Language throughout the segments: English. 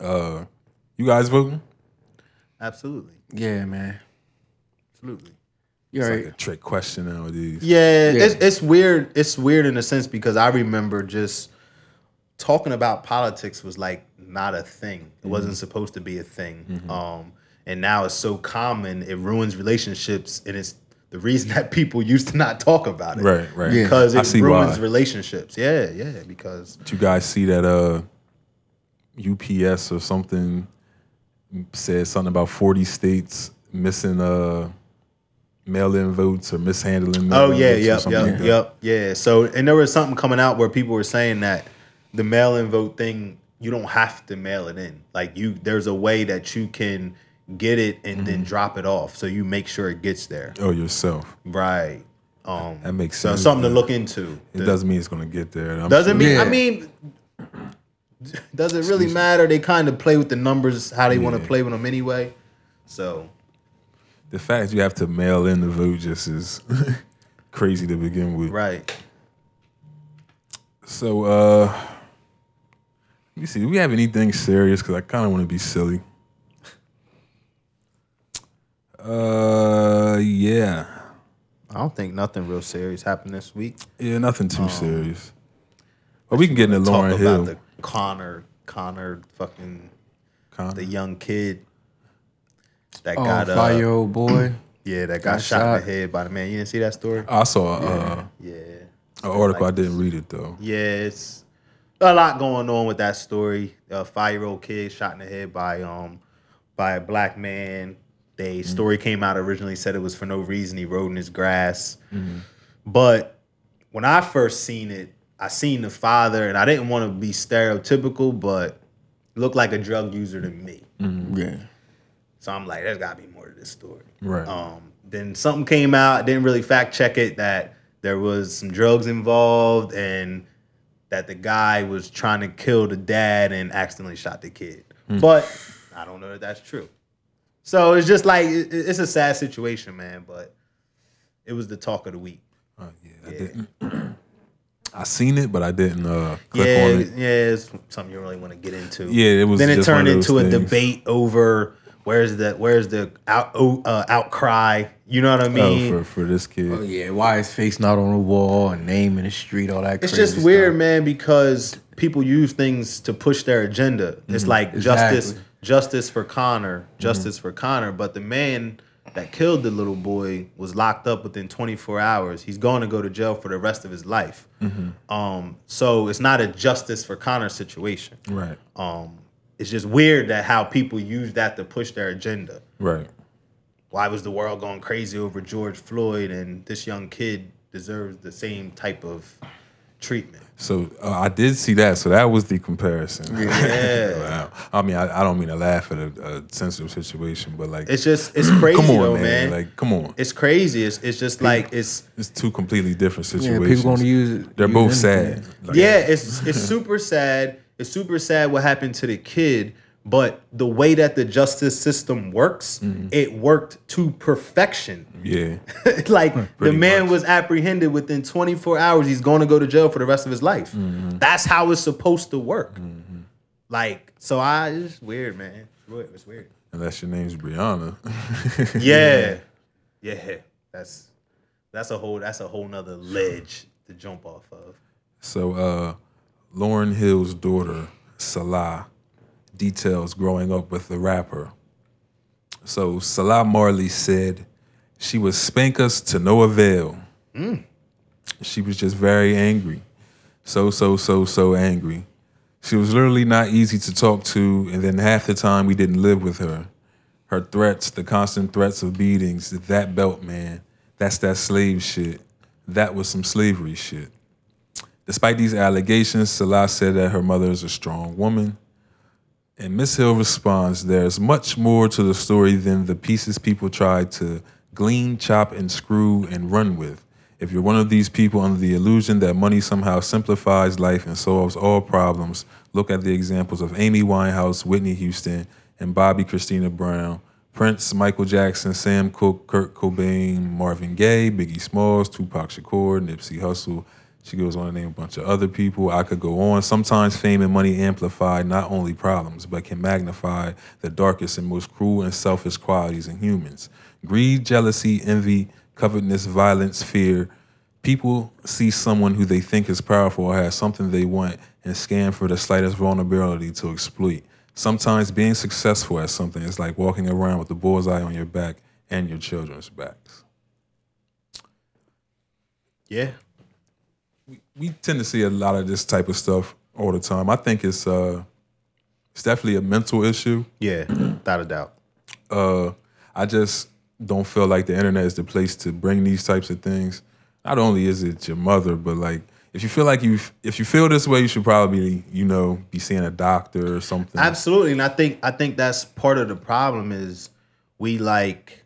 Uh, you guys voting? Absolutely. Yeah, man. Absolutely. You It's already, like a trick question nowadays. Yeah, Yeah. It's, it's weird. It's weird in a sense because I remember just talking about politics was like not a thing. It Mm-hmm. wasn't supposed to be a thing. Um, and now it's so common, it ruins relationships, and it's the reason that people used to not talk about it. Right, right. Yeah. Because I it see ruins why. relationships. Yeah, yeah. Because Did you guys see that uh UPS or something said something about 40 states missing uh mail-in votes or mishandling Oh mail-in yeah, votes or yep, something yep, like that. yep, yeah. So and there was something coming out where people were saying that the mail-in vote thing, you don't have to mail it in. Like you, there's a way that you can get it and then drop it off, so you make sure it gets there. Oh, yourself. Right. Um, That makes so sense, something to man. look into. It doesn't mean it's gonna get there. I'm Doesn't mean. Yeah. I mean. Does it really matter? They kind of play with the numbers how they want to Yeah. play with them anyway. So the fact you have to mail in the vote just is crazy to begin with. right, So uh let me see. Do we have anything serious? Because I kind of want to be silly. Uh, yeah. I don't think nothing real serious happened this week. Yeah, nothing Um, too serious. But we can get into Talk Lauren about Hill. the Connor, Connor, fucking Connor. the young kid that oh, got uh, five year old boy. yeah that got, got shot, in shot. the head by the man. You didn't see that story? I saw uh, Yeah, an article. I didn't read it though. yeah. It's a lot going on with that story. A five year old kid shot in the head by um by a black man. The story came out originally said it was for no reason. He rode in his grass, but when I first seen it, I seen the father, and I didn't want to be stereotypical, but looked like a drug user to me. Mm-hmm. Yeah. So I'm like, there's got to be more to this story. Right. Um, then something came out. Didn't really fact check it that there was some drugs involved and that the guy was trying to kill the dad and accidentally shot the kid. Hmm. But I don't know that that's true. So it's just like it- it- it's a sad situation, man. But it was the talk of the week. Uh, yeah, I didn't. I seen it, but I didn't uh, click yeah, on it. yeah, it's something you really want to get into. Yeah, it was Then it just one turned of those into a things. debate over where's the where's the out oh, uh, outcry. You know what I Oh, mean? for, for this kid. Oh yeah. Why his face not on the wall and name in the street, all that. It's crazy just weird, stuff. man, because people use things to push their agenda. It's like justice, Mm-hmm. Exactly. Mm-hmm. justice for Connor, justice for Connor. But the man that killed the little boy was locked up within 24 hours. He's going to go to jail for the rest of his life. Mm-hmm. Um, so it's not a justice for Connor situation. Right. Um, it's just weird that how people use that to push their agenda. Right. Why was the world going crazy over George Floyd and this young kid deserves the same type of treatment? So uh, I did see that. So that was the comparison. Yeah. Wow. I mean, I, I don't mean to laugh at a, a sensitive situation, but like, It's just it's crazy come on, though, man. man. Like, come on. it's crazy. It's it's just like it's It's two completely different Yeah, situations. people gonna use. They're use both anything. sad. Like, yeah, it's it's super sad. It's super sad what happened to the kid, but the way that the justice system works, Mm-hmm. it worked to perfection. Yeah. like the Pretty man much. was apprehended within 24 hours. He's going to go to jail for the rest of his life. Mm-hmm. That's how it's supposed to work. Like so, I it's weird, man. It's weird. It's weird. Unless your name's Brianna. Yeah. Yeah. That's that's a whole that's a whole nother ledge to jump off of. So, uh, Lauren Hill's daughter, Salah, details growing up with the rapper. So, Salah Marley said she would spank us to no avail. She was just very angry. So, so, so, so angry. She was literally not easy to talk to, and then half the time we didn't live with her. Her threats, the constant threats of beatings, that belt, man, that's that slave shit. That was some slavery shit. Despite these allegations, Salah said that her mother is a strong woman. And Miss Hill responds, There's much more to the story than the pieces people tried to glean, chop, and screw and run with. If you're one of these people under the illusion that money somehow simplifies life and solves all problems, look at the examples of Amy Winehouse, Whitney Houston, and Bobby Christina Brown, Prince, Michael Jackson, Sam Cooke, Kurt Cobain, Marvin Gaye, Biggie Smalls, Tupac Shakur, Nipsey Hussle, She goes on to name a bunch of other people. I could go on. Sometimes fame and money amplify not only problems, but can magnify the darkest and most cruel and selfish qualities in humans greed, jealousy, envy, covetousness, violence, fear. People see someone who they think is powerful or has something they want and scan for the slightest vulnerability to exploit. Sometimes being successful at something is like walking around with the bullseye on your back and your children's backs. Yeah. we tend to see a lot of this type of stuff all the time. I think it's uh, it's definitely a mental issue. Yeah. Without a doubt. Uh, I just don't feel like the internet is the place to bring these types of things. Not only is it your mother, but like if you feel like you if you feel this way, you should probably you know be seeing a doctor or something. Absolutely, and I think I think that's part of the problem is we like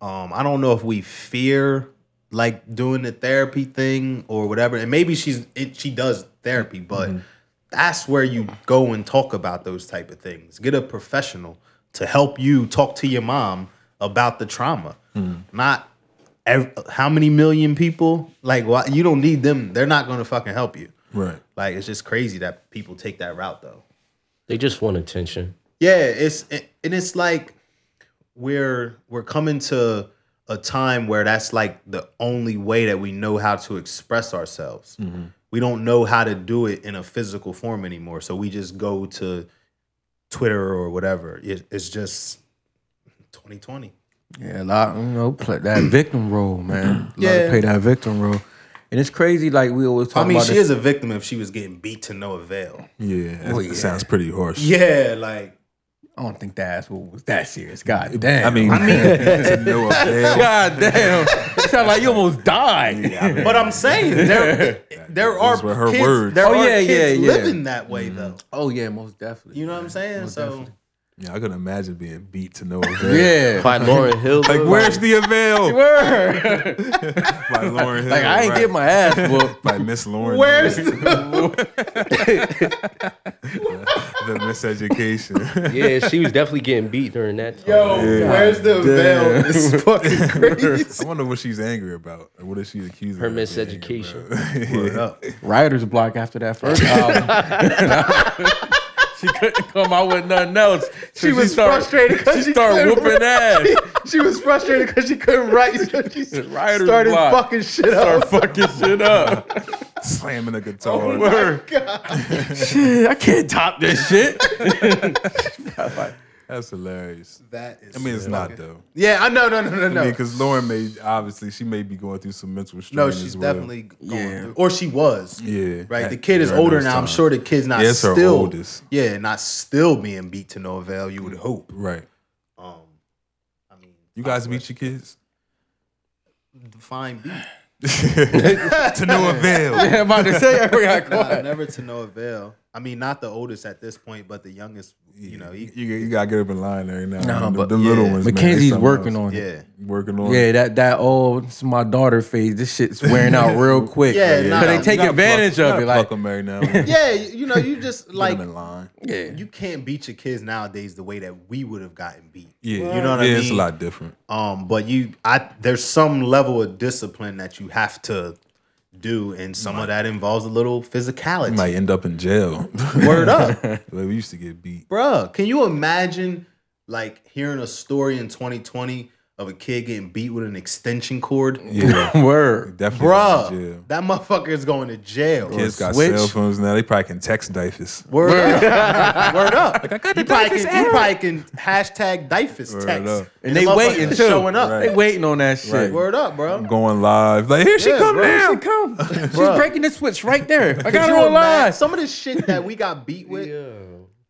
um I don't know if we fear like doing the therapy thing or whatever. And maybe she's it, she does therapy, but that's where you go and talk about those type of things. Get a professional to help you talk to your mom about the trauma. Not ev- how many million people like why you don't need them. They're not going to fucking help you. right. Like it's just crazy that people take that route though. They just want attention. Yeah, it's and it's like we're we're coming to a time where that's like the only way that we know how to express ourselves. Mm-hmm. We don't know how to do it in a physical form anymore, so we just go to Twitter or whatever. It, it's just 2020. Yeah, a lot, you know, play Mm. that victim role, man. A lot Yeah. of play that victim role. And it's crazy, like we always talk I mean, about she this- is a victim if she was getting beat to no avail. Yeah, that Well, yeah. sounds pretty harsh. Yeah, like I don't think that asshole was that serious. God damn. I mean, I mean, to no avail. God damn. It sounded like you almost died. but I'm saying there there are Those were her kids, words. there Oh, are yeah, kids yeah, yeah. living that way though. Oh yeah, most definitely. You know what I'm saying? Most so definitely. Yeah, I could imagine being beat to no avail. Yeah. By Lauren Hill. Like, where's the avail? By Lauren Hill. like I ain't right. get my ass whooped. By Miss Lauren. Where's the the miseducation. yeah, she was definitely getting beat during that time. yo? Where's the veil? damn. It's fucking I crazy. wonder what she's angry about. Or what is she accusing Her of being angry miseducation. about? Word up. Writer's block after that first album. she couldn't come out with nothing else. So She was started- frustrated 'cause She she started couldn't whooping ass. She was frustrated because she couldn't write, so she Writer's started block. fucking shit up. Start fucking shit up. Slamming a Oh, guitar. Word. Shit, I can't top this shit. That's hilarious. That is. I mean, it's not though. Yeah, I know, no, no, no, no. I mean, because Lauren may obviously she may be going through some mental strain. no, as she's well. definitely going Yeah. through, or she was. Yeah. Right, the At- kid is during older those now. I'm times. sure the kid's not Yeah, it's her still. oldest. Yeah, not still being beat to no avail. You would hope. Right. Um, I mean, You guys beat your kids fine beat. to no avail. I'm about to say I got Nah, quiet. never to no avail. I mean, not the oldest at this point, but the youngest. You know, he, You, you gotta get up in line every now. Nah, and then. but- the little yeah. ones. man, they Mackenzie's something working else. on it. yeah. Working on. Yeah, it. that that oh, it's my daughter phase. This shit's wearing out real quick. Yeah, nah, but they you take You gotta advantage pluck- of you it. gotta Like, pluck 'em every now. and then. Yeah, you you know, you just Get like 'em in line. yeah, you can't beat your kids nowadays the way that we would have gotten beat. Yeah, You know what I Yeah, it's a mean? lot different. Um, but you, I there's some level of discipline that you have to do, and some of that involves a little physicality. You might end up in jail. Word up, Like, we used to get beat. bruh. Can you imagine like hearing a story in 2020 of a kid getting beat with an extension cord? Yeah, word. definitely. Bruh, in jail. that motherfucker is going to jail. Kids got Switch. cell phones now. They probably can text Dyfus. Word up. Word up. you, probably can, you probably can hashtag Dyfus Word text. up. And they the motherfucker waiting too. is showing up. They waiting on that shit. Right. Word up, bro. Going live. Like, here she Yeah, come bro. now. She come. She's Bruh. breaking the switch right there. I got Could her you on imagine- live. Some of this shit that we got beat with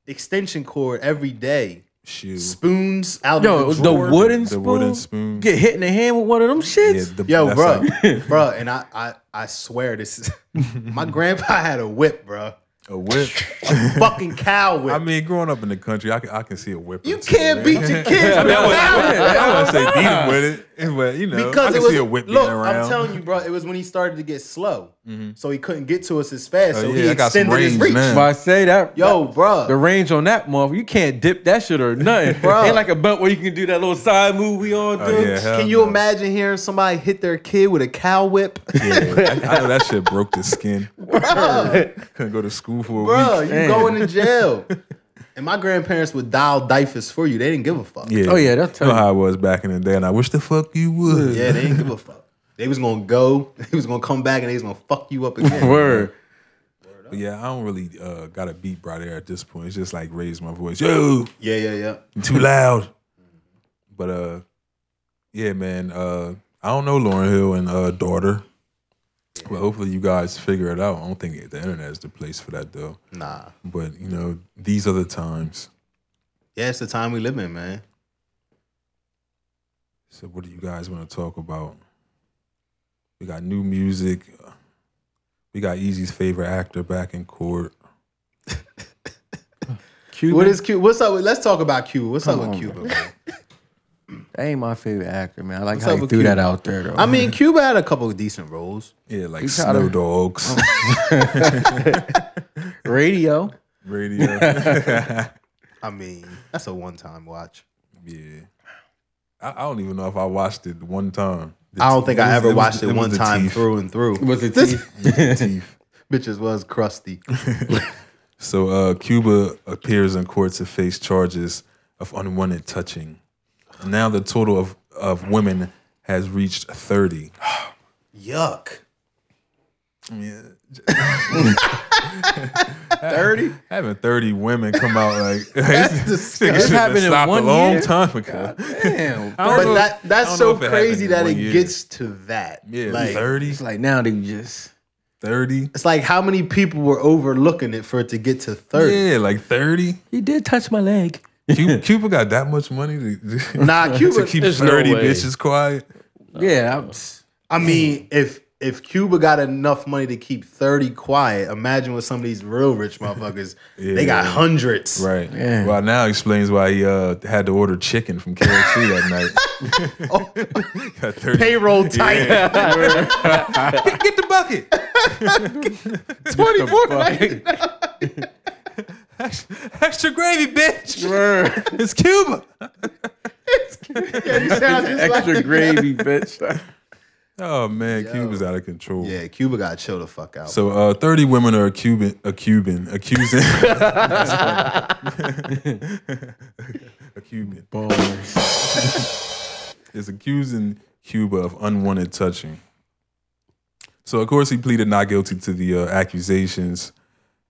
extension cord every day. Shoot. Spoons out Yo, of the, the drawer. wooden The spoon. wooden spoon. Get hit in the hand with one of them Yeah, shits. the, Yo, that's bro, like bro, and I, I, I swear this is. My grandpa had a whip, bro. a whip. Fucking cow whip. I mean, growing up in the country, I can, I can see a whip. or you two, can't man. beat your kids. I, mean, I with a wouldn't- cow whip. I wouldn't say beat him with it, but you know, because I it can was see a whip look. being around. Mm-hmm. I'm telling you, bro. It was when he started to get slow. so he couldn't get to us as fast. Oh, so yeah, he I got some extended his range reach. now. But I say that, Yo, bruh. the range on that motherfucker, you can't dip that shit or nothing. Bruh. Ain't like a belt where you can do that little side move we on do. Oh, yeah, hell Can you no. imagine hearing somebody hit their kid with a cow whip? Yeah, I, I know that shit broke the skin. Couldn't go to school for a Bruh, week. you Damn. going to jail. And my grandparents would dial diapers for you. They didn't give a fuck. Yeah. Oh, yeah, that's you know tough. how I was back in the day, and I wish the fuck you would. Yeah, they didn't give a fuck. They was gonna go, they was gonna come back and they was gonna fuck you up again. Word. But yeah, I don't really uh, got a beat right there at this point. It's just like raise my voice, yo, Yeah, yeah, yeah. you too loud. But uh, yeah, man, uh, I don't know Lauren Hill and uh, daughter, but hopefully you guys figure it out. I don't think the internet is the place for that though. Nah. But you know, these are the times. Yeah, it's the time we live in, man. So what do you guys want to talk about? We got new music. We got Easy's favorite actor back in court. Cuban, What is Cuba? What's up with let's talk about Cuba. What's up with Cuba? man? that ain't my favorite actor, man. I like What's how up you with threw that Cuban? out there, though. I mean, Cuba had a couple of decent roles. Yeah, like He's out Snow of- Dogs, radio. radio. yeah, I mean, that's a one time watch. I, I don't even know if I watched it one time. The I te- don't think I was- ever was- watched it, was one the time teeth. through and through. Was it This- teeth? The teeth. Bitches was crusty. So uh, Cuba appears in court to face charges of unwanted touching. Now the total of, of women has reached thirty. Yuck. Thirty? Having thirty women come out like that's disgusting. This happened in stopped one a long year? time ago. Damn. I don't But know- that I that's don't so know if it happened crazy in that one it year. gets to that. yeah Like, 30, It's like now they just. 30. it's like how many people were overlooking it for it to get to 30. Yeah, like thirty. He did touch my leg. Cuba, Cuba got that much money to, Nah, Cuba to keep There's no thirty way. bitches quiet. Yeah, I'm, I mean, if if Cuba got enough money to keep 30 quiet, imagine with some of these real rich motherfuckers. They got hundreds. Right. Yeah. Well, now explains why he uh, had to order chicken from KFC that night. Got 30 Payroll tight. Get the bucket. 24 Extra gravy, bitch. It's Cuba. Yeah, you sound just like- extra gravy, bitch. Oh man, Cuba's out of control. yeah, Cuba got chill the fuck out. So uh, thirty women are Cuban, a Cuban, accusing, a Cuban Ballers. is accusing Cuba of unwanted touching. So of course he pleaded not guilty to the uh, accusations,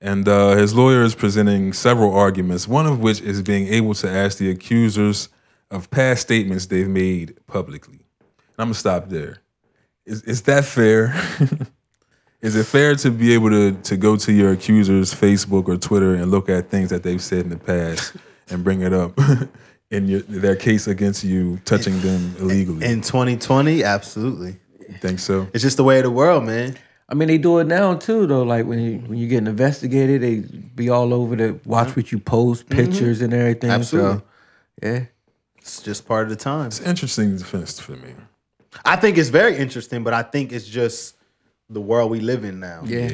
and uh, his lawyer is presenting several arguments. One of which is being able to ask the accusers of past statements they've made publicly. And I'm gonna stop there. Is is that fair? is it fair to be able to to go to your accusers' Facebook or Twitter and look at things that they've said in the past and bring it up? In your, their case against you, touching them illegally. in 2020, absolutely. You think so? It's just the way of the world, man. I mean, they do it now too, though. Like when you when you get investigated, they be all over the watch what you post, pictures and everything. Absolutely. So, yeah. It's just part of the time. It's interesting defense for me. I think it's very interesting, but I think it's just the world we live in now. Yeah.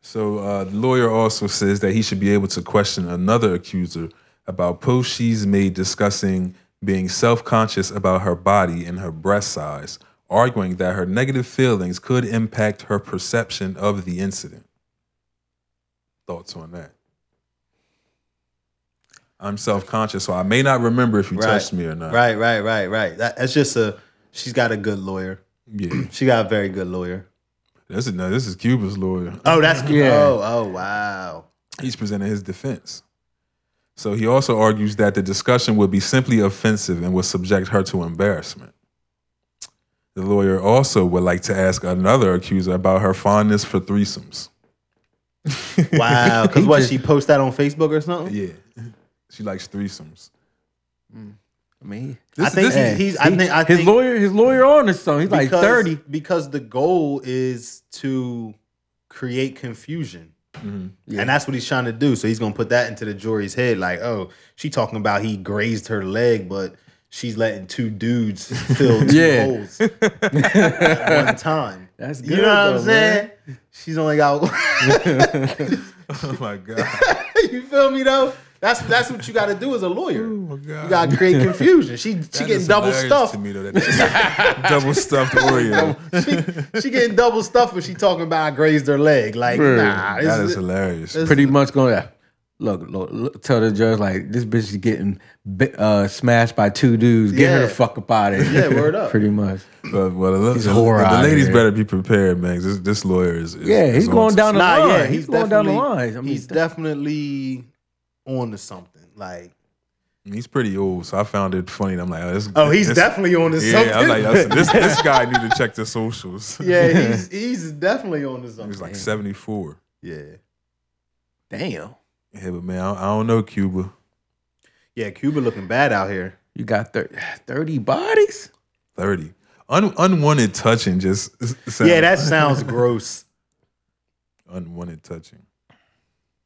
So, uh, the lawyer also says that he should be able to question another accuser about posts she's made discussing being self conscious about her body and her breast size, arguing that her negative feelings could impact her perception of the incident. Thoughts on that? I'm self conscious, so I may not remember if you Right. touched me or not. Right, right, right, right. That, that's just a. She's got a good lawyer. Yeah. She got a very good lawyer. This is, no, this is Cuba's lawyer. Oh, that's Yeah. Oh, oh, wow. he's presenting his defense. So he also argues that the discussion would be simply offensive and would subject her to embarrassment. The lawyer also would like to ask another accuser about her fondness for threesomes. Wow. Because what just- she post that on Facebook or something? Yeah. She likes threesomes. I mean, I think this is- he- he's. I think. I his think lawyer, his lawyer on this song. He's like because- thirty. because the goal is to create confusion. Yeah. Mm-hmm. And that's what he's trying to do. So he's gonna put that into the jury's head, like, oh, she talking about he grazed her leg, but she's letting two dudes fill two Yeah. holes at one time. That's You good, know what I'm though, man. saying? She's only got. Oh my god. you feel me though? That's that's what you got to do as a lawyer. Oh my god. You got to create confusion. She she That getting is double hilarious stuffed. To me though, that double stuffed Oreo. she, she getting double stuffed when she talking about I grazed her leg. Like Bruh, nah, this That is- is hilarious. pretty much going to look, look, look, tell the judge like this bitch is getting bi- uh, smashed by two dudes. Get her the Yeah. fuck up out of here. Yeah, word up. Pretty much. But well, the, He's the, horror the out ladies here. better be prepared, man. 'cause This, this lawyer is, is- Yeah, is he's on going to- down the nah, line. yeah, he's, going down the definitely- line. I mean, he's that- definitely on to something. Like He's pretty old, so I found it funny. I'm like, oh, this, oh, he's this- definitely on to Yeah, something. I'm like, that's- this this guy need to check the socials. yeah, he's he's definitely on to he something. was like 74. yeah, damn. Yeah, but man, I, I don't know Cuba. yeah, Cuba looking bad out here. You got thir- 30 bodies? 30. Un, unwanted touching just s- sounds, Yeah, that sounds gross. unwanted touching.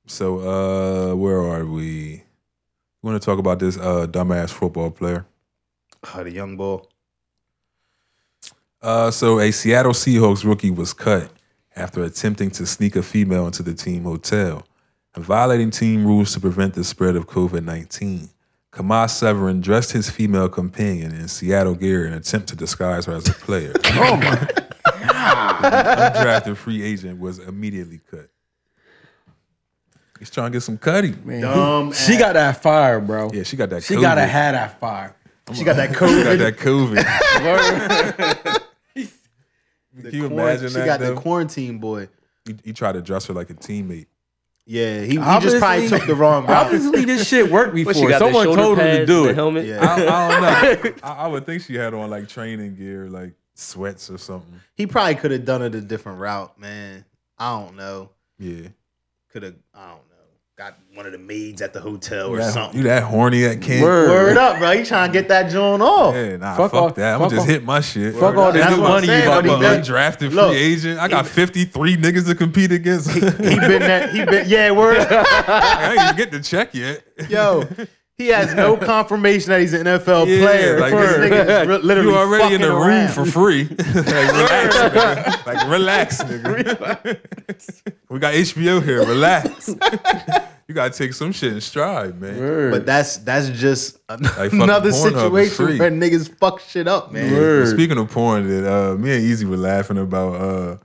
So, uh, where are we? We want to talk about this uh, dumbass football player. Oh, the young boy. Uh, so a Seattle Seahawks rookie was cut after attempting to sneak a female into the team hotel and violating team rules to prevent the spread of COVID 19. Kamas Severin dressed his female companion in Seattle gear in an attempt to disguise her as a player. oh my! Undrafted free agent was immediately cut. He's trying to get some cutty. Man, Dumb she ass. got that fire, bro. Yeah, she got that. she COVID. gotta have that fire. She got that She got COVID. that COVID. Can you Quaran- imagine she that? got though? the quarantine boy. he, he tried to dress her like a teammate. Yeah, he, he just probably Obviously- took the wrong route. Obviously, this shit worked What, she before. got the Someone shoulder told him to pads, do the it. helmet? Yeah. I, I don't know. I, I would think she had on like training gear, like sweats or something. He probably could have done it a different route, man. I don't know. Yeah. Could have, I don't know, got one of the maids at the hotel You or that- something. You that horny at camp? Word. Word up, bro. He trying to get that joint off. Yeah, nah, fuck, Fuck all- that. I'm gonna fuck just all- hit my shit. fuck all this That's new what I'm money saying, you about I'm I an mean, to that- make. undrafted look, free agent. I got 53 niggas to compete against. I He been that. He been yeah. Word. ain't even get the check yet. Yo, he has no confirmation that he's an NFL Yeah, player. like, this it's- nigga is re- literally You already in the fucking room around. for free. like relax, nigga. Like relax, nigga. we got HBO here. Relax. you gotta take some shit in stride, man. Word. But that's that's just an- fucking Pornhub another is free. situation where niggas fuck shit up, man. But Word. Speaking of porn, that uh, me and Easy were laughing about uh,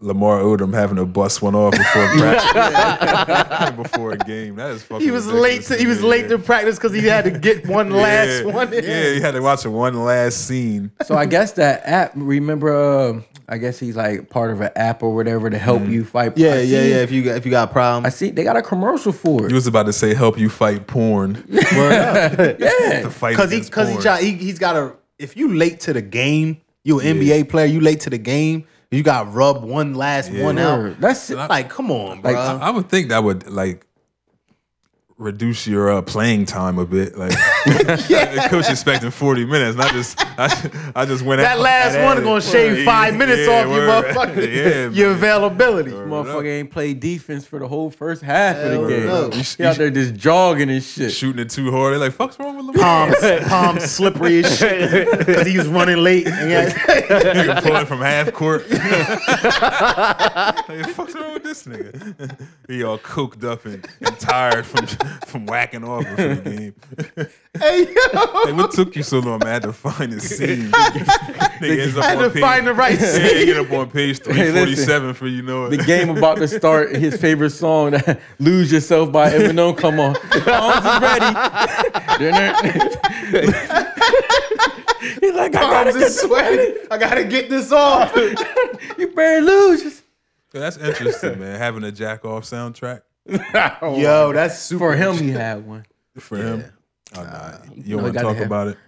Lamar Odom having to bust one off before practice, before a game. That is fucking. He was late. ridiculous To, he was me, late to man. practice because he had to get one last yeah. one. in. Yeah, he had to watch one last scene. So I guess that app. Remember, um, I guess he's like part of an app or whatever to help Mm. you fight. I Yeah, yeah, see- yeah. If you got, if you got I problems, see. They got a commercial for He it. was about to say, "Help you fight porn." Yeah, The fight because he against because he, porn. try- he he's got a. If you late to the game, you an NBA player. You late to the game. You got rub one last one out. that's Like, come on, bro. Like, I, I would think that would like reduce your uh, playing time a bit. Like the coach expecting forty minutes, and I just I, I just went that out- last I one had is gonna it. shave five Yeah, minutes yeah, off your word. motherfucker. Yeah, your man. availability. motherfucker ain't played defense for the whole first half of Hell the game. no. He out there just jogging and shit. shooting it too hard. They're like, "Fuck's wrong with Lamar?" Palm, palm slippery as shit because he was running late. And yeah, Nigga pulling from half court. like, fuck's wrong with this nigga? he all cooked up and, and tired from from whacking off before the game. hey, yo, Like, what took you so long? Man, I had to find the scene. nigga ends up I had on to page, find the right Yeah, scene. you end up on page three listen. forty seven for you know it. The game about to start. His favorite song, "Lose Yourself" by Eminem. Come on, arms is ready. He's like, I gotta Palms get is this. sweaty. I gotta get this off. You better lose. So that's interesting, man. Having a jack off soundtrack Yo, that's super. For him, he had one. for him. Oh, nah. You know don't they want to gotta talk have- about it.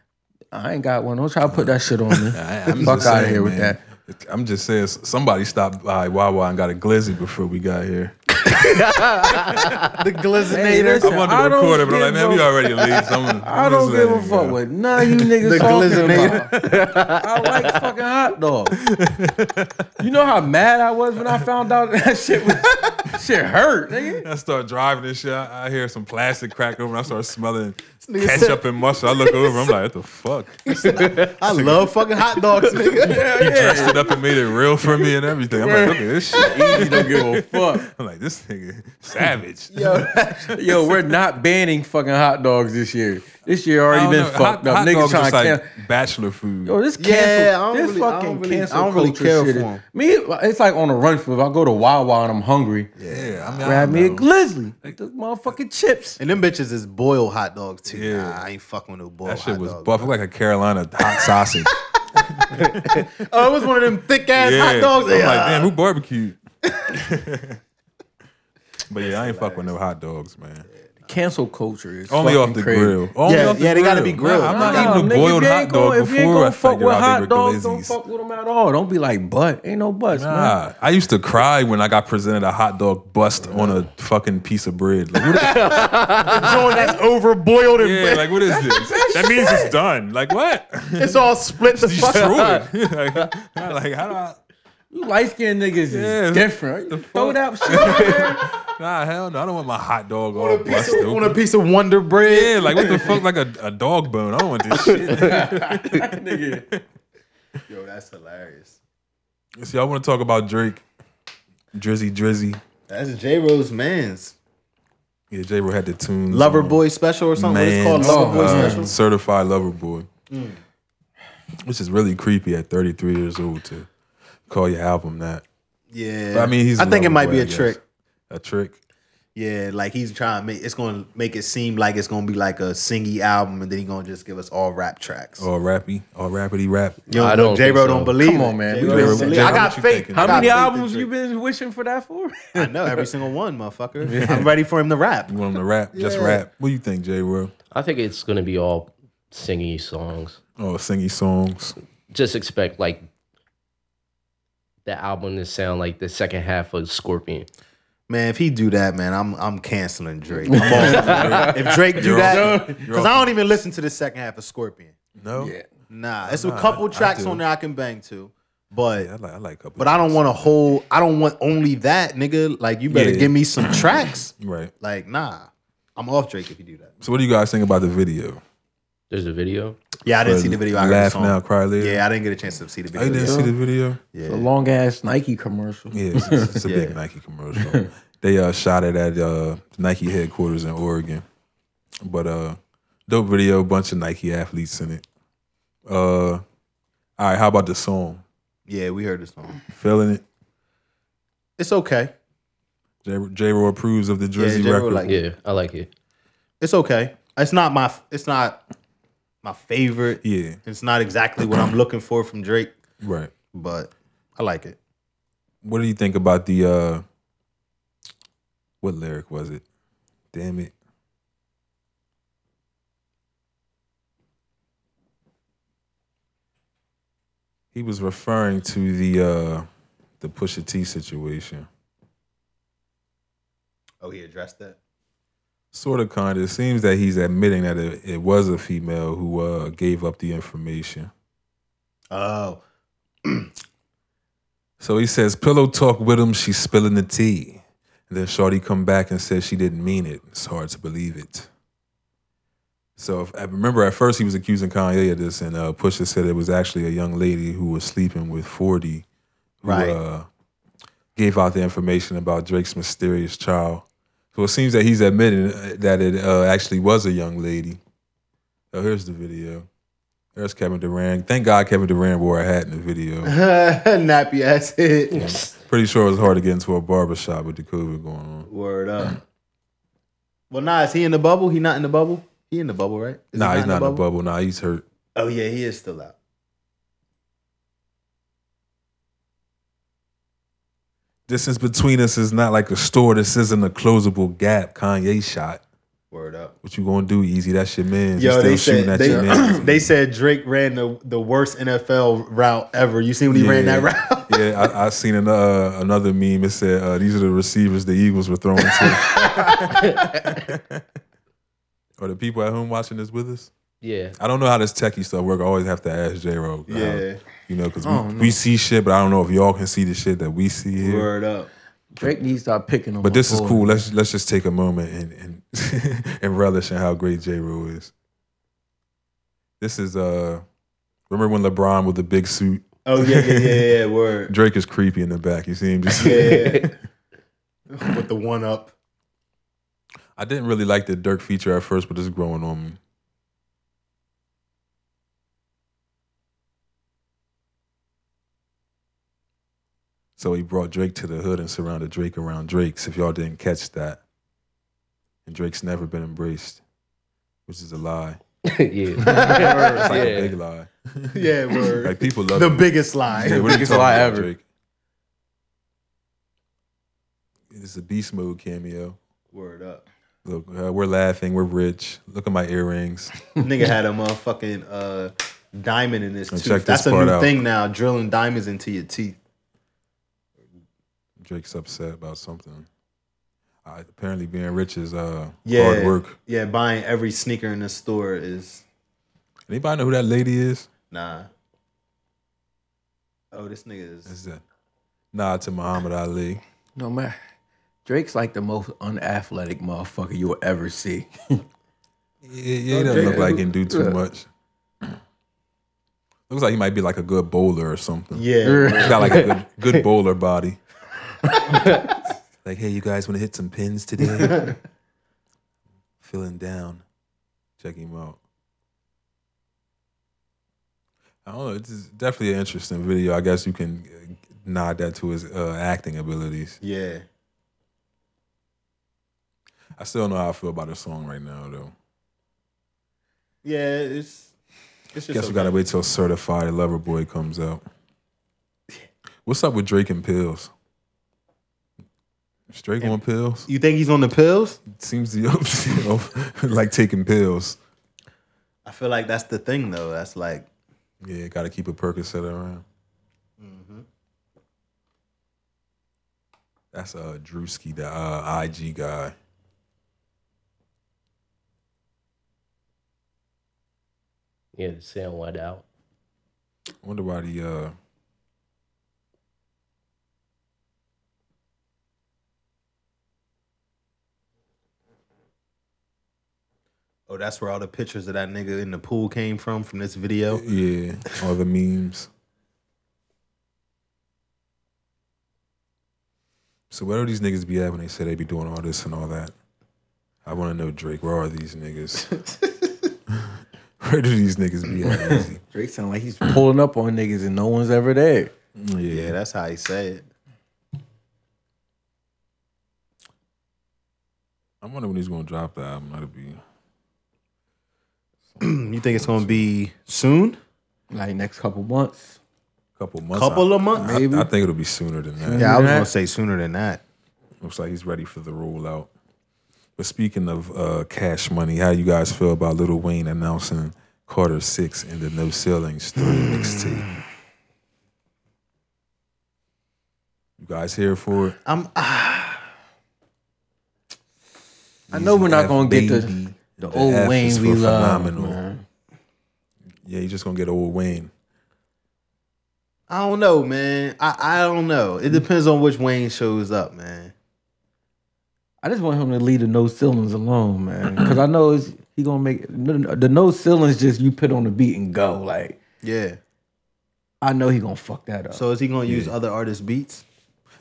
I ain't got one. Don't try to put that shit on me. I'm Fuck just out of saying, here with man. that. I'm just saying, s- somebody stopped by Wawa and got a glizzy before we got here. The Hey, glizzinator. listen, I'm on the I don't recorder, but I'm like, give man, we already leave. So I'm, I don't give a fuck what none of you niggas The talking glizzinator. about. I like fucking hot dogs. You know how mad I was when I found out that shit was Shit hurt, nigga. I start driving and shit. I, I hear some plastic crack over. And I start smelling nigga said- ketchup and mustard. I look over. I'm like, what the fuck? He I love fucking hot dogs, nigga. dressed it up and made it real for me and everything. I'm like, look at this shit. You don't give a fuck. I'm like, this nigga savage. Yo, we're not banning fucking hot dogs this year. This year I already don't been know. fucked up. hot Niggas dogs trying to is like cancel. bachelor food. Yo, this Yeah, cancel, I don't this really- I don't fucking really- I cancel don't really culture care shit. for is- 'em. Me, it's like on a run for. If I go to Wawa and I'm hungry, yeah, I mean, I grab don't me a know. glizzy, with those motherfucking chips. And them bitches is boiled hot dogs too. Yeah. Nah, I ain't fucking with no boiled That shit hot was dog, buff. bro. Looked like a Carolina hot sausage. Oh, it was one of them thick ass yeah. hot dogs. I'm Yeah. like, damn, who barbecued? but yeah, I ain't fuck with no hot dogs, man. Cancel culture is Only off fucking the crazy. grill. Only Yeah, off the yeah, they grill. gotta be grilled. Nah, I'm not Nah, eating a nigga, boiled if you hot ain't gonna- dog If you ain't before I gonna fuck figured with out hot they were dogs, don't glizzies. fuck with them at all. Don't be like butt. Ain't no butts, man. Nah, I used to cry when I got presented a hot dog bust on a fucking piece of bread. Like, what the- that's over boiled and yeah, like what is this? That means it's done. Like what? it's all split the fuck. Destroyed. like, I- like how do I? You light skinned niggas Yeah, is different. the You throw fuck? that shit out there. Nah, hell no. I don't want my hot dog all On a, piece busted. of, on a open. piece of Wonder Bread. Yeah, like what the fuck? Like a, a dog bone. I don't want this shit. Nigga. Yo, that's hilarious. See, I want to talk about Drake, Drizzy, Drizzy. That's J Rose man's Yeah, J. Ro had the tune. Lover Boy special or something. What Man, it's called Lover Boy uh, special. Mm. certified lover boy, which is really creepy at 33 years old to call your album that. Yeah, But, I mean, he's. I a think it lover might boy, be I a guess. trick. A trick. Yeah, like he's trying to make it's gonna make it seem like it's gonna be like a singy album, and then he's gonna just give us all rap tracks. Or rappy. Or rappity rap. You know, I don't J Bro think so. don't believe. Come it. on, man. J-Bro We don't been- believe it. J-Bro, I got what you faith. thinking? How I got many faith in albums Drake. you been wishing for that for? I know every single one, motherfucker. I'm ready for him to rap. You want him to rap? Just Yeah. rap. What do you think, J. Ro? I think it's gonna be all singy songs. Oh, singy songs. Just expect like the album to sound like the second half of Scorpion. Man, if he do that, man, I'm I'm canceling Drake. I'm all for Drake. if Drake do You're that, off. You're because I don't even listen to the second half of Scorpion. No? Nah, it's a Nah, couple I tracks do. on there I can bang to, but Yeah, I like, I like a couple. but I don't want a whole. I don't want only that, nigga. Like you better Yeah. give me some tracks. Right. Like nah, I'm off Drake if you do that. So, what do you guys think about the video? There's a video. Yeah, I didn't see the video. I heard the Laugh song. now, cry later. Yeah, I didn't get a chance to see the I video. didn't yet. see the video. Yeah. A long ass Nike commercial. Yeah, it's, it's- it's a Yeah. big Nike commercial. they uh, shot it at uh, Nike headquarters in Oregon, but uh, dope video, bunch of Nike athletes in it. Uh, all right, how about the song? yeah, we heard the song. Feeling it? It's okay. J. J- Roy approves of the Drizzy J. Roy record. like- Yeah, I like it. It's okay. It's not my. It's not my favorite. yeah, It's not exactly what I'm looking for from Drake, right. but I like it. What do you think about the uh, what lyric was it? Damn it. He was referring to the uh the Pusha T situation. Oh, he addressed that. Sort of kind of. It seems that he's admitting that it, it was a female who uh gave up the information. Oh, So he says, Pillow talk with him, she's spilling the tea. And then Shawty come back and says she didn't mean it. It's hard to believe it. So if, I remember at first he was accusing Kanye of this, and uh, Pusha said it was actually a young lady who was sleeping with 40 who Right. uh, gave out the information about Drake's mysterious child. So it seems that he's admitting uh, that it uh, actually was a young lady. Oh, here's the video. There's Kevin Durant. Thank God Kevin Durant wore a hat in the video. nappy ass hit. Pretty sure it was hard to get into a barber shop with the COVID going on. Word up. Well, nah, is he in the bubble? He not in the bubble. He in the bubble, right? Is he nah, he's not in the bubble. Nah, he's hurt. Oh yeah, he is still out. Distance between us is not like a store. This isn't a closable gap. Kanye shot. Word up. What you gonna do, Easy? That's your man. Yo, they said they, man. they said Drake ran the, the worst NFL route ever. You seen when he ran Yeah. that route? yeah, I, I seen an, uh, another meme. It said uh, these are the receivers the Eagles were throwing to. Are the people at home watching this with us? Yeah. I don't know how this techie stuff work. I always have to ask J. Ro. Yeah. you know, because we, we see shit, but I don't know if y'all can see the shit that we see here. Word up. Drake needs to stop picking on. But my this is Oh, boy. cool. Let's let's just take a moment and and, and relish in how great J. Rule is. This is uh remember when LeBron with the big suit? Oh yeah, yeah, yeah, yeah. Word. Drake is creepy in the back. You see him just Yeah, yeah, yeah. With the one up. I didn't really like the Dirk feature at first, but it's growing on me. So he brought Drake to the hood and surrounded Drake around Drake's, if y'all didn't catch that. And Drake's never been embraced, which is a lie. yeah. It's like Yeah. a big lie. Yeah, word. Like people love the him. biggest lie. Yeah, what are you Biggest talking lie about, ever. Drake? It's a beast mode cameo. Word up. Look, uh, we're laughing. We're rich. Look at my earrings. Nigga had a motherfucking uh, diamond in his Now tooth. check this That's a part new out. thing now, drilling diamonds into your teeth. Drake's upset about something. Uh, apparently, being rich is uh, Yeah. hard work. Yeah, buying every sneaker in the store is Anybody know who that lady is? nah. Oh, this nigga is Is that nod to Muhammad Ali? No man, Drake's like the most unathletic motherfucker you'll ever see. Yeah, yeah he doesn't Drake- look like he can do too Yeah. much. Looks like he might be like a good bowler or something. yeah. He's got like a good, good bowler body. like, hey, you guys want to hit some pins today? Feeling down. Check him out. I don't know. It's just definitely an interesting video. I guess you can uh, nod that to his uh, acting abilities. Yeah. I still don't know how I feel about the song right now, though. Yeah, it's it's just guess okay. we gotta wait till Certified Lover Boy comes out. What's up with Drake and pills? Is Drake on pills? You think he's on the pills? seems to you know, like taking pills. I feel like that's the thing though. That's like Yeah, got to keep a Percocet around. Mm-hmm. That's uh Drewski, the uh, IG guy. yeah, the sound went out. I wonder why the uh oh, that's where all the pictures of that nigga in the pool came from from this video. yeah, all the memes. So where do these niggas be at when they say they be doing all this and all that? I want to know Drake. Where are these niggas? where do these niggas be at? Easy? Drake sound like he's pulling up on niggas and no one's ever there. Yeah, that's how he say it. I wonder when he's gonna drop the album. That'll be you think it's gonna be soon? Like next couple months. a couple months. Couple I, of months? I- maybe. I, think it'll be sooner than that. Yeah, I was that. gonna say sooner than that. Looks like he's ready for the rollout. But speaking of uh, Cash Money, how you guys feel about Lil Wayne announcing Carter Six in the No Ceilings Three mixtape? You guys here for it? I'm ah, I know we're not F gonna get the baby. the The old F is Wayne for we love. phenomenal. man. Yeah, you're just gonna get old Wayne. I don't know, man. I, I don't know. It depends on which Wayne shows up, man. I just want him to leave the no ceilings alone, man. Cause I know it's, he gonna make the no ceilings just you put on the beat and go. Like Yeah. I know he gonna fuck that up. So is he gonna use other artists' beats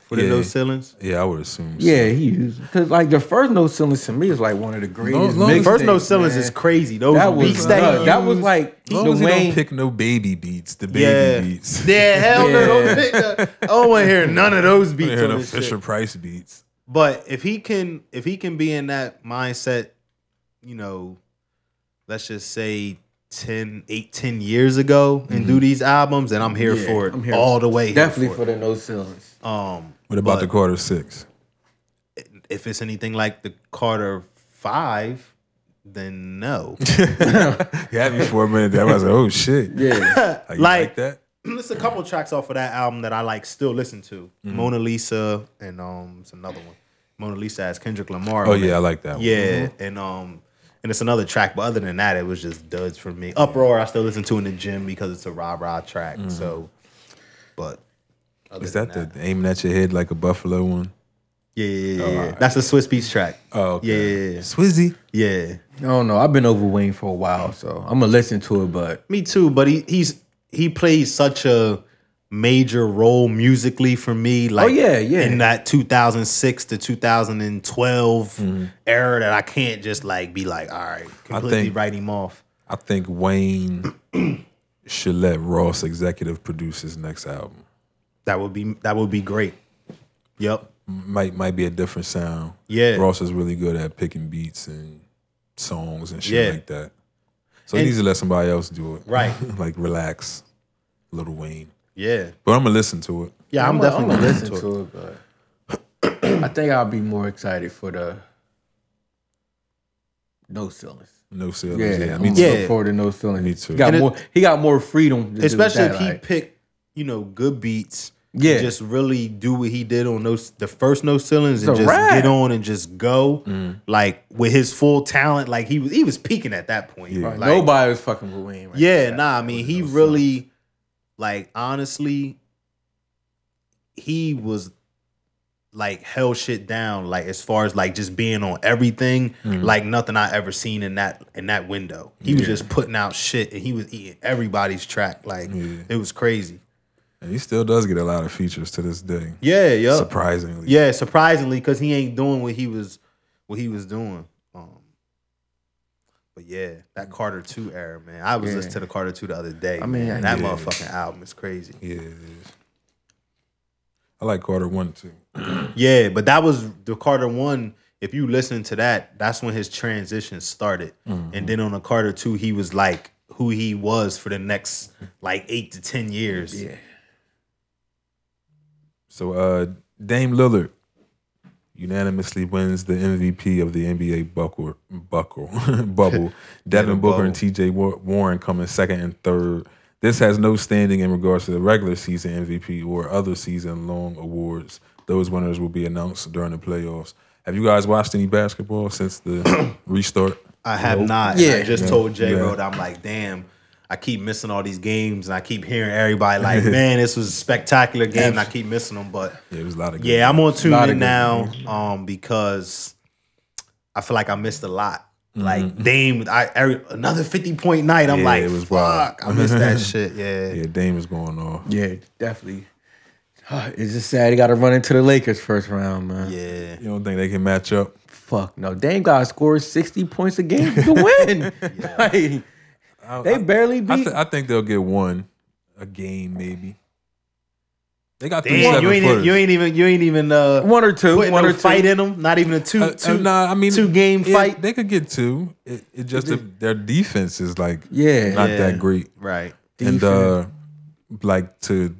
for the Yeah. no ceilings? Yeah, I would assume. so. yeah, he used because like the first no ceilings to me is like one of the greatest. no, mixtapes, First no ceilings man. is crazy. Those that was beats that nuts. he that was used- like As long the as he Wayne. don't pick no baby beats, the baby yeah. beats. Yeah, hell no. Yeah. Don't pick that. I don't want to hear none of those beats. Hear on no this Fisher shit. Price beats. But if he can, if he can be in that mindset, you know, let's just say 10, 8, 10 years ago, and do these albums, and I'm here Yeah, for it I'm here all the way. here Definitely for for the no ceilings. it. um, What about But- the Carter Six? if it's anything like the Carter Five, then no. You had me for a minute. there. I was like, oh shit. Yeah, Like, you Like- like that? There's a couple tracks off of that album that I like still listen to. Mm-hmm. Mona Lisa and um, it's another one. Mona Lisa has Kendrick Lamar. Oh on it. yeah, Mm-hmm. I like that. one. Yeah, and um, and it's another track. But other than that, it was just duds for me. Uproar, I still listen to in the gym because it's a rah rah track. Mm-hmm. So, but other Is than that the aiming at your head like a buffalo one? Yeah, yeah, yeah. yeah. That's a Swiss Beats track. Oh, okay. Yeah, Swizzy. yeah, yeah. I don't know. I've been over Wayne for a while, so I'm gonna listen to it. But Me too, but he, he's he plays such a major role musically for me. Like, yeah, yeah. in that 2006 to 2012 era that I can't just like be like, all right, completely think- write him off. I think Wayne should let Ross executive produce his next album. That would be that would be great. Yep. Might might be a different sound. Yeah. Ross is really good at picking beats and songs and shit Yeah. like that. So And- he needs to let somebody else do it. Right. like relax, Little Wayne. Yeah. But I'm gonna listen to it. Yeah, I'm, definitely gonna listen to it. but I think I'll be more excited for the no ceilings. No ceilings. Yeah, Yeah, I'm me gonna too. look forward to no ceilings. Me too. He got And it- more. he got more freedom, to do especially that, if he like- picked you know good beats and Yeah. just really do what he did on those the first no ceilings and a just wrap. get on and just go Mm. like with his full talent like he was he was peaking at that point Yeah. like, nobody was fucking with Wayne. Right yeah now. nah i mean he really like honestly he was like hell shit down like as far as like just being on everything like nothing i ever seen in that in that window he was just putting out shit and he was eating everybody's track like it was crazy And he still does get a lot of features to this day. yeah yeah Surprisingly. yeah surprisingly because he ain't doing what he was what he was doing um but yeah that carter 2 era man i was listening to the carter 2 the other day i mean mean, that yeah. motherfucking album is crazy Yeah, it is. I like Carter one too. Yeah, but that was the Carter one. If you listen to that, that's when his transition started. And then on the Carter two, he was like who he was for the next like eight to ten years. Yeah. So uh Dame Lillard unanimously wins the MVP of the NBA buckle buckle bubble. Devin Booker and TJ Wa- Warren come in second and third. This has no standing in regards to the regular season MVP or other season long awards. Those winners will be announced during the playoffs. Have you guys watched any basketball since the restart? I have not. Yeah. I Yeah. just told J Yeah. Road, I'm like, damn. I keep missing all these games, and I keep hearing everybody like, "Man, this was a spectacular game." And I keep missing them, but Yeah, it was a lot of good yeah, I'm on Not a TuneIn good now um, because I feel like I missed a lot. Like Dame, I every, another 50 point night. Mm-hmm. I'm Yeah, like, it was fuck, wild. I missed that shit. Yeah. Yeah, Dame is going off. Yeah, definitely. It's just sad he got to run into the Lakers first round, man. Yeah. You don't think they can match up? Fuck no. Dame got to score 60 points a game to win. Like, they barely I, beat. th- I think they'll get one a game maybe. They got three Damn, seven you ain't footers. you ain't even you ain't even uh one or two. putting One no or two. fight in them. Not even a two Uh, uh, two nah, I mean two game it- fight. They could get two. It, it just their defense is like Yeah. not Yeah. that great, right. and uh, like to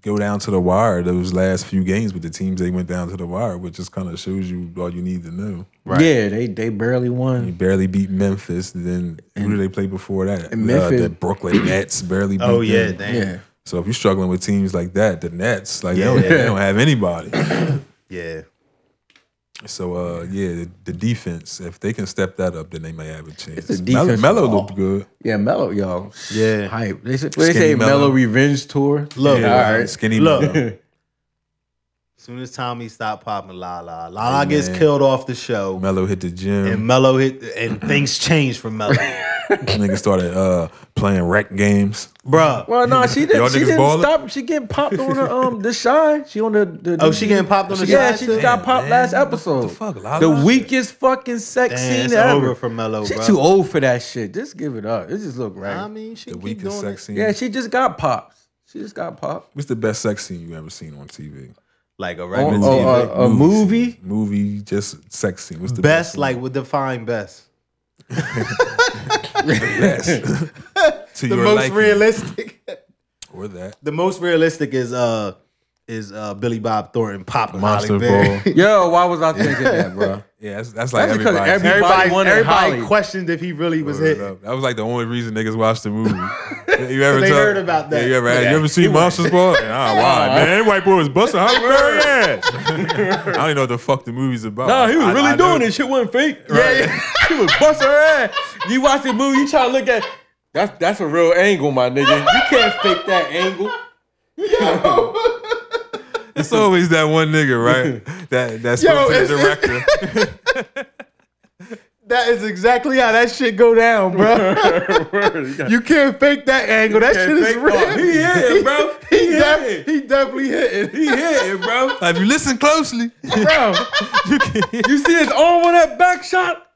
go down to the wire those last few games with the teams they went down to the wire, which just kind of shows you all you need to know. Right. Yeah, they, they barely You won. barely beat Memphis. Then who did they play before that? Uh, and Memphis- the Brooklyn Nets barely. Beat Oh yeah, them. damn. Yeah. Yeah. So if you're struggling with teams like that, the Nets, like they, Yeah. don't, they don't have anybody. Yeah. So uh, yeah, the, the defense, if they can step that up, then they may have a chance. It's a Melo, defense Melo for all. looked good. Yeah, Mello, yo. Yeah. Hype. They, say- what they Skinny say Melo. Mello Revenge Tour. Look, Yeah, all right. skinny Look. Melo. Soon as Tommy stopped popping La La. La La Hey, gets man. killed off the show. Melo hit the And gym. Mello hit and things changed for Mello. Niggas started uh, playing rec games. Bruh. Well, no, she Y'all didn't. She niggas didn't ballin'? stop. She getting popped on the um the shy. She on the, the Oh, she getting popped on the yeah. Shy She too? Damn, got popped man. last What the episode. fuck, La the La? weakest fucking sex Damn, scene it's ever. over for Melo, She's bro. too old for that shit. Just give it up. It just look right. I mean, she The keep weakest doing sex it. scene. yeah, she just got popped. She just got popped. What's the best sex scene you ever seen on TV? like a Oh, regular oh, TV. uh, a scene. movie, just sex scene. What's the best, best? like would define best. best. to The your most liking. realistic. or that the most realistic is uh is uh Billy Bob Thornton pop monster Molly ball. Bear. Yo, why was I thinking that, bro? Yeah, that's, that's like That's because everybody. every- Everybody, Everybody wanted everybody Holly. questioned if he really was hit. That was like the only reason niggas watched the movie. You ever They tell- heard about that. Yeah, you ever Yeah. you ever seen Monsters Ball? Nah, why man? That white boy was busting Huckleberry ass. I don't even know what the fuck the movie's about. Nah, he was I- really I doing know- it. Shit wasn't fake. Yeah, yeah. he was busting her ass. You watch the movie, you try to look at that's that's a real angle, my nigga. You can't fake that angle. It's always that one nigga, right? That that's Yo, to the it's- director. That is exactly how that shit go down, bro. you can't fake that angle. That shit is fake real. that. He hit it, bro. He, He def- hit it. he definitely hit He hit it, bro. If you listen closely, it, bro. You see his arm on that back shot?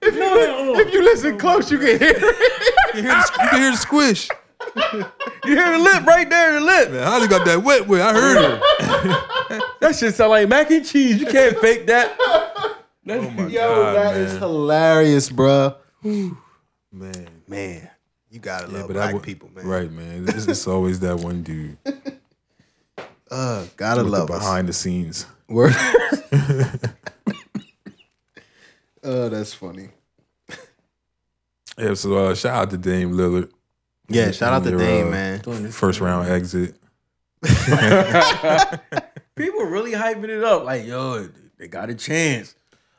if, you, li- if you Oh listen close, you can hear it. you, hear the, you can hear the squish. You hear the lip right there, the lip. Man, Holly got that wet wet. I heard it. That shit sound like mac and cheese. You can't fake that. Oh That's, Oh God, that is man. hilarious, bro. man. Man, you gotta Yeah, love but I black would- people, man. Right, man. It's, it's always that one dude with Uh, gotta the love us. behind the scenes. Word. Oh, that's funny. Yeah, so uh, shout out to Dame Lillard. Yeah, shout out to Your, Dame, uh, man. First round exit. people really hyping it up. Like, yo, they got a chance.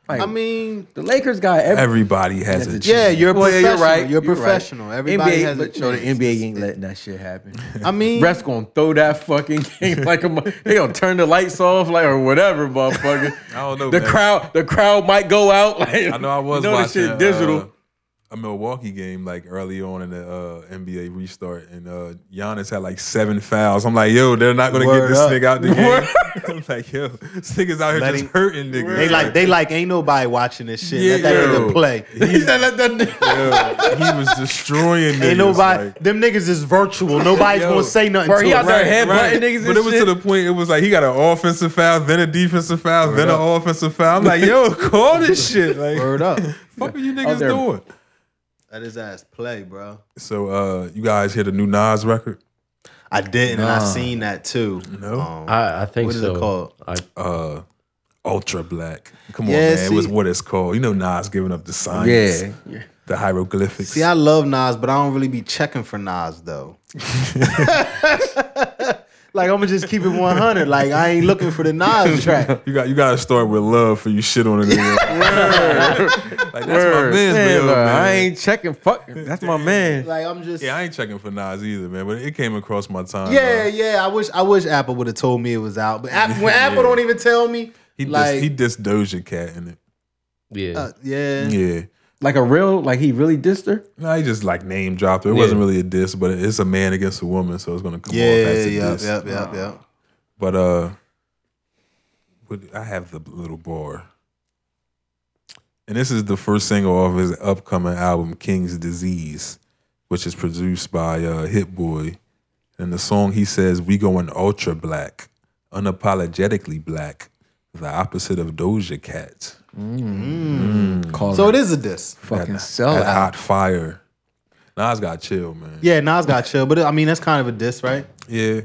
Like, I mean, the Lakers got every. Everybody has a Has a chance. yeah, you're a Well, yeah, professional. you're you're, right. You're right. professional. Everybody NBA, has a but no, the chance. NBA ain't letting that shit happen. I mean, Ref's gonna throw that fucking game like a, mo- they gonna turn the lights off like or whatever, motherfucker. I don't know. The man. crowd, the crowd might go out. Like, I know I was you know this watching shit digital. uh, a Milwaukee game like early on in the uh, NBA restart, and uh, Giannis had like seven fouls. I'm like, yo, they're not gonna get Word this up. nigga out the game. I'm like, yo, this nigga's out here Let just him- hurting niggas. They like they like ain't nobody watching this shit. Let that Yeah. nigga play. He said let that nigga. Yo, he was destroying niggas. Ain't nobody. like- them niggas is virtual. Nobody's Yo. gonna say nothing Bro, to he him. out there head Right. butting niggas But and it was shit. to the point it was like he got an offensive foul, then a defensive foul, then an offensive foul. I'm like, yo, call this shit. Like, Word up. fuck are you Out niggas there. doing? That is ass play, bro. So, uh, you guys hear the new Nas record? I didn't, and I Nah. seen that too. No. Um, I, I think What is so. it called? I, uh ultra black. Come on, Yeah, man. it was see- what it's called. You know Nas giving up the signs. yeah, The hieroglyphics. see, I love Nas, but I don't really be checking for Nas though. like I'm gonna just keep it 100. Like I ain't looking for the Nas track. you got you gotta start with love for you shit on it. like that's Word. my man's Man, man, bro, man. I ain't checking. Fuck, that's my man. Like I'm just. yeah, I ain't checking for Nas either, man. But it came across my time. Yeah, bro. yeah. I wish I wish Apple would have told me it was out. But App, when Yeah. Apple don't even tell me, He like, dis, he dissed Doja Cat in it. yeah. uh, yeah. Yeah. Like a real, like he really dissed her. No, he just like name dropped it. It wasn't really a diss, but it's a man against a woman, so it's gonna come Yeah, off as a yeah, diss. yeah, yeah, yeah. But uh, what I have the little bar, and this is the first single off his upcoming album King's Disease, which is produced by uh, Hit Boy, and the song he says we going ultra black, unapologetically black, the opposite of Doja Cat. Call So so it is a diss. fucking Mm. That sellout. hot fire. Nas got chill, man. Yeah, Nas got chill, but I mean that's kind of a diss, right? Yeah,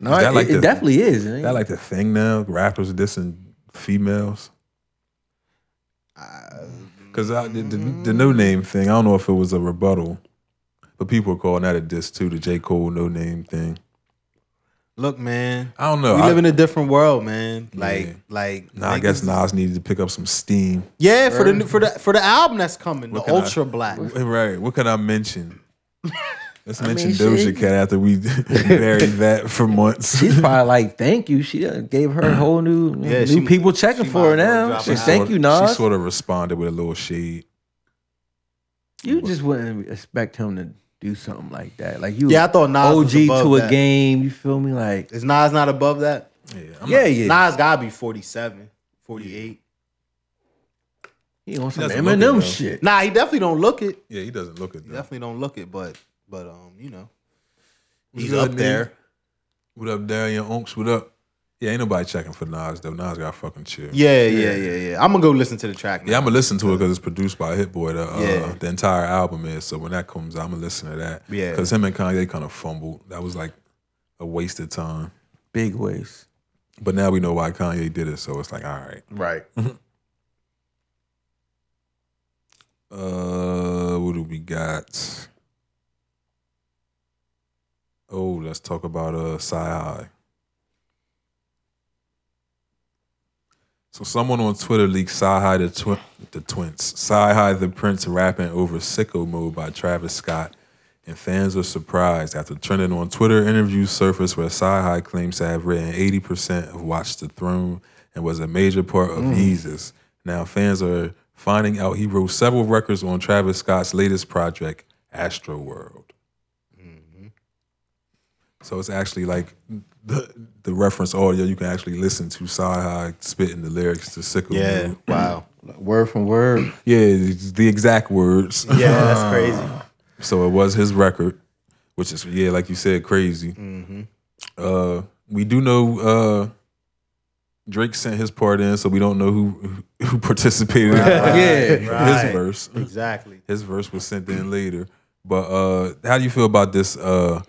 No, Is that it, like it the- definitely is. it ain't- that like the thing now. Rappers dissing females. Because the, the, the no name thing, I don't know if it was a rebuttal, but people are calling that a diss too, the J. Cole no name thing. Look, man, I don't know. we I, live in a different world, man. Like, Yeah. like. nah, I niggas- guess Nas needed to pick up some steam. Yeah, for the new- for the for the album that's coming, the can I- Ultra Black. Wait, Right. What can I mention? Let's mention mean, Doja shit. Cat after we buried that for months. She's probably like, thank you. She done gave Mm. her whole new Yeah, new she- people checking she for her might as well now. drop She, an thank sorta- you, Nas. She sort of responded with a little shade. you just wouldn't expect him to do something like that. Like you, Yeah, I thought Nas OG was above to a that. game. You feel me? Like Is Nas not above that? Yeah. I'm yeah, not- yeah. Nas gotta be 47, 48. he on some doesn't look it, though. Eminem shit. Nah, he definitely don't look it. yeah, he doesn't look it. He though. definitely don't look it, but but um, you know, What's he's good, up nigga? there. What up, Darian Unks? What up? Yeah, ain't nobody checking for Nas though. Nas got fucking chill. Yeah, yeah, yeah, yeah. I'm gonna go listen to the track. Now. Yeah, I'm gonna listen to it because it's produced by Hit Boy. The, uh, Yeah. the entire album is. So when that comes out, I'm gonna listen to that. Yeah. Because him and Kanye kind of fumbled. That was like a waste of time. Big waves. But now we know why Kanye did it. So it's like, all right. right. Uh, what do we got? Oh, let's talk about uh Sci So someone on Twitter leaked Sci the twi- the twins. Sci the Prince rapping over Sicko Mode by Travis Scott and fans were surprised after trending on Twitter interviews surfaced where Sci High claims to have written 80% of Watch the Throne and was a major part of Yeezus. Now fans are finding out he wrote several records on Travis Scott's latest project, Astro World. So it's actually like the the reference audio you can actually listen to Sci High spitting the lyrics to Sickle. Yeah. Mode. Wow. Word from word. Yeah, it's the exact words. Yeah, that's crazy. So it was his record, which is yeah, like you said, crazy. Mm-hmm. Uh, we do know uh, Drake sent his part in, so we don't know who who participated. in yeah. Right. his verse. Exactly. His verse was sent in later. But uh, how do you feel about this uh,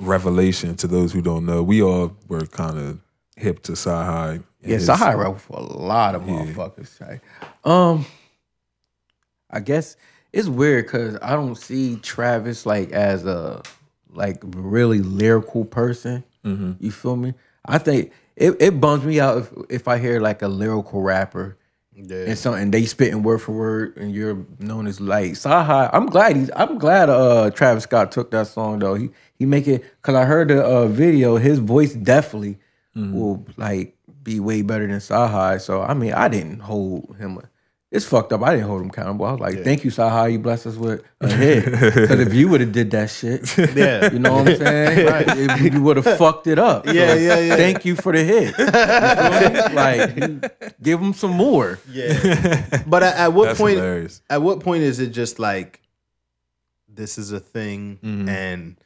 revelation? To those who don't know, we all were kind of hip to Sci High. Yeah, Sahai wrote for a lot of motherfuckers. Right? Um, I guess it's weird because I don't see Travis like as a like really lyrical person. You feel me? I think it, it bums me out if if I hear like a lyrical rapper and something they spitting word for word and you're known as like Sahai. I'm glad he's I'm glad uh Travis Scott took that song though. He he make it cause I heard the uh, video, his voice definitely will like be way better than Sahai. So I mean I didn't hold him it's fucked up. I didn't hold him accountable. I was like, thank you, Sahai, you blessed us with a hit. Cause if you would have did that shit, Yeah. you know what I'm saying? If you would have fucked it up. Yeah, So, yeah, yeah. Thank you for the hit. You feel me? like, you- give him some more. Yeah. But at, at what That's point? hilarious. At what point is it just like this is a thing Mhm. and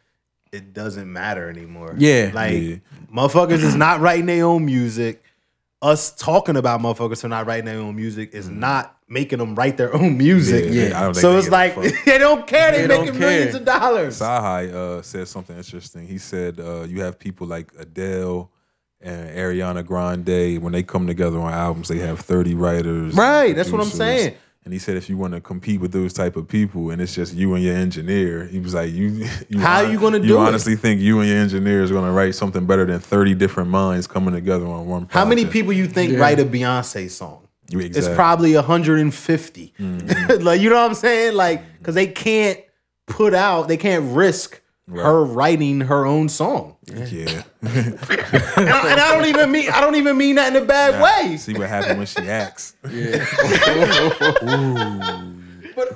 it doesn't matter anymore? Yeah. Like Yeah. motherfuckers is not writing their own music. Us talking about motherfuckers for not writing their own music is not making them write their own music. Mm-hmm. Yeah, Yeah. I don't think So they it's give a like fuck. they don't care. They They don't making care. millions of dollars. Sahai uh, said something interesting. He said, uh, "You have people like Adele and Ariana Grande when they come together on albums, they have thirty writers." and Right, that's what I'm producers." saying. And he said, "If you want to compete with those type of people, and it's just you and your engineer, he was like, you, you How you gonna you do it? honestly think you and your engineer is gonna write something better than thirty different minds coming together on one? How many project?" people you think write a Beyonce song? You- exactly. Mm-hmm. It's probably 150. like you know what I'm saying? Like because they can't put out, they can't risk her writing her own song. yeah. And, I, and I don't even mean I don't even mean that in a bad way. See what happens when she acts.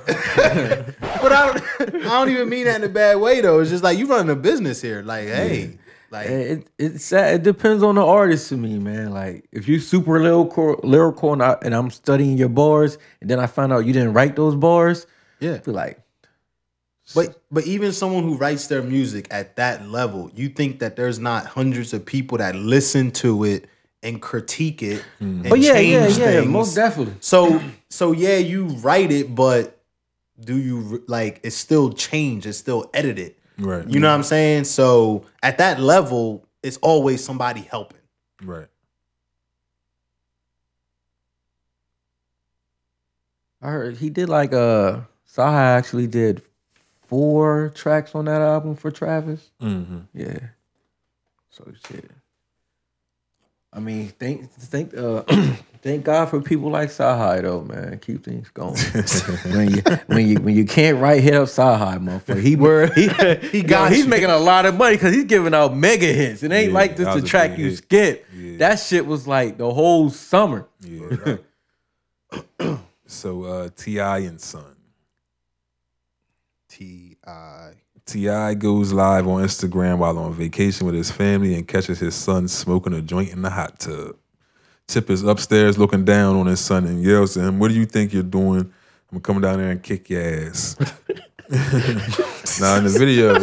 But I don't I don't even mean that in a bad way though. It's just like you running a business here. Like hey, like It, it, it's sad. it depends on the artist to me, man. Like, if you super lyrical, lyrical and, I, and I'm studying your bars, and then I find out you didn't write those bars, yeah. I feel like, But but even someone who writes their music at that level, you think that there's not hundreds of people that listen to it and critique it Mm, and oh, yeah, yeah, change yeah, things. most definitely. So so yeah, you write it, but do you like it's still changed, it's still edited. Right. You know what I'm saying? So at that level, it's always somebody helping. Mm, Right. I heard he did like uh Saha actually did four tracks on that album for Travis. hmm Yeah. So shit. I mean, thank thank uh thank God for people like Sahai though, man. Keep things going. when you when you when you can't write, hit up Sahai, motherfucker. He he he got He's you. making a lot of money because he's giving out mega hits. It ain't Yeah, like this that the was a track big you hit. skip. Yeah. That shit was like the whole summer. Yeah. so uh, Ti and Son. T I Ti goes live on Instagram while on vacation with his family and catches his son smoking a joint in the hot tub. Tip is upstairs looking down on his son and yells to him, "What do you think you're doing? I'm coming down there and kick your ass." now in the video,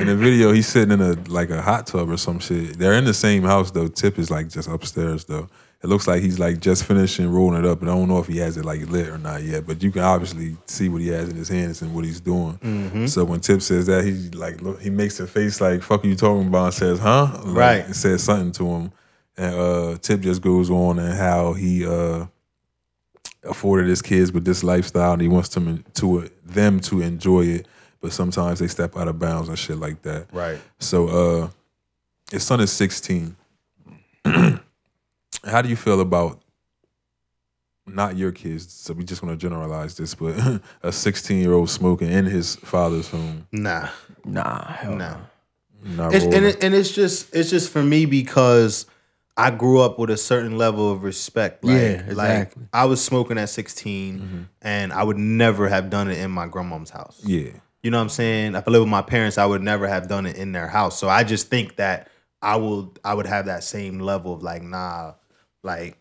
in the video, he's sitting in a like a hot tub or some shit. They're in the same house though. Tip is like just upstairs though. It looks like he's like just finishing rolling it up, and I don't know if he has it like lit or not yet. But you can obviously see what he has in his hands and what he's doing. So when Tip says that, he like look, he makes a face like "fuck you talking about," and says "huh," Like, Right. and says something to him, and uh, Tip just goes on and how he uh afforded his kids with this lifestyle and he wants them to uh, them to enjoy it but sometimes they step out of bounds and shit like that right. so uh his son is 16 how do you feel about not your kids, so we just want to generalize this, but a 16 year old smoking in his father's home. Nah, Nah, hell no. nah. Oh. Not It's, and rolling. it, and it's just it's just for me because I grew up with a certain level of respect. Like, Yeah, Like exactly. Mm-hmm. I was smoking at 16, and I would never have done it in my grandmom's house. yeah. You know what I'm saying? If I live with my parents, I would never have done it in their house. So I just think that I will I would have that same level of like, nah, like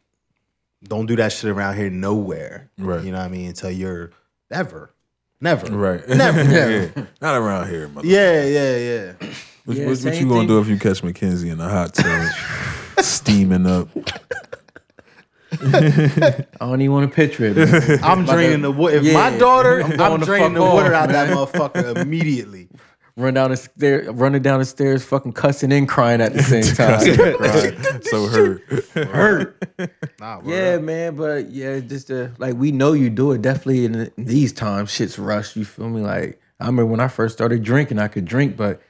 don't do that shit around here nowhere. Right. You know what I mean? Until you're ever. Never. Right. Never. yeah. Not around here, mother. Yeah, yeah, yeah. What, Yeah, what- what same you gonna thing. do if you catch McKenzie in a hot tub, steaming up? I don't even want to picture it. man. I'm draining the water. If my Yeah. daughter, I'm I'm, going the draining fuck the water out off, that motherfucker immediately. Run down the stair, running down the stairs, fucking cussing and crying at the same time. so hurt. Nah, word yeah, up. man, but yeah, just uh like we know you do it. Definitely in, the- in these times, shit's rushed. You feel me? Like I remember when I first started drinking, I could drink, but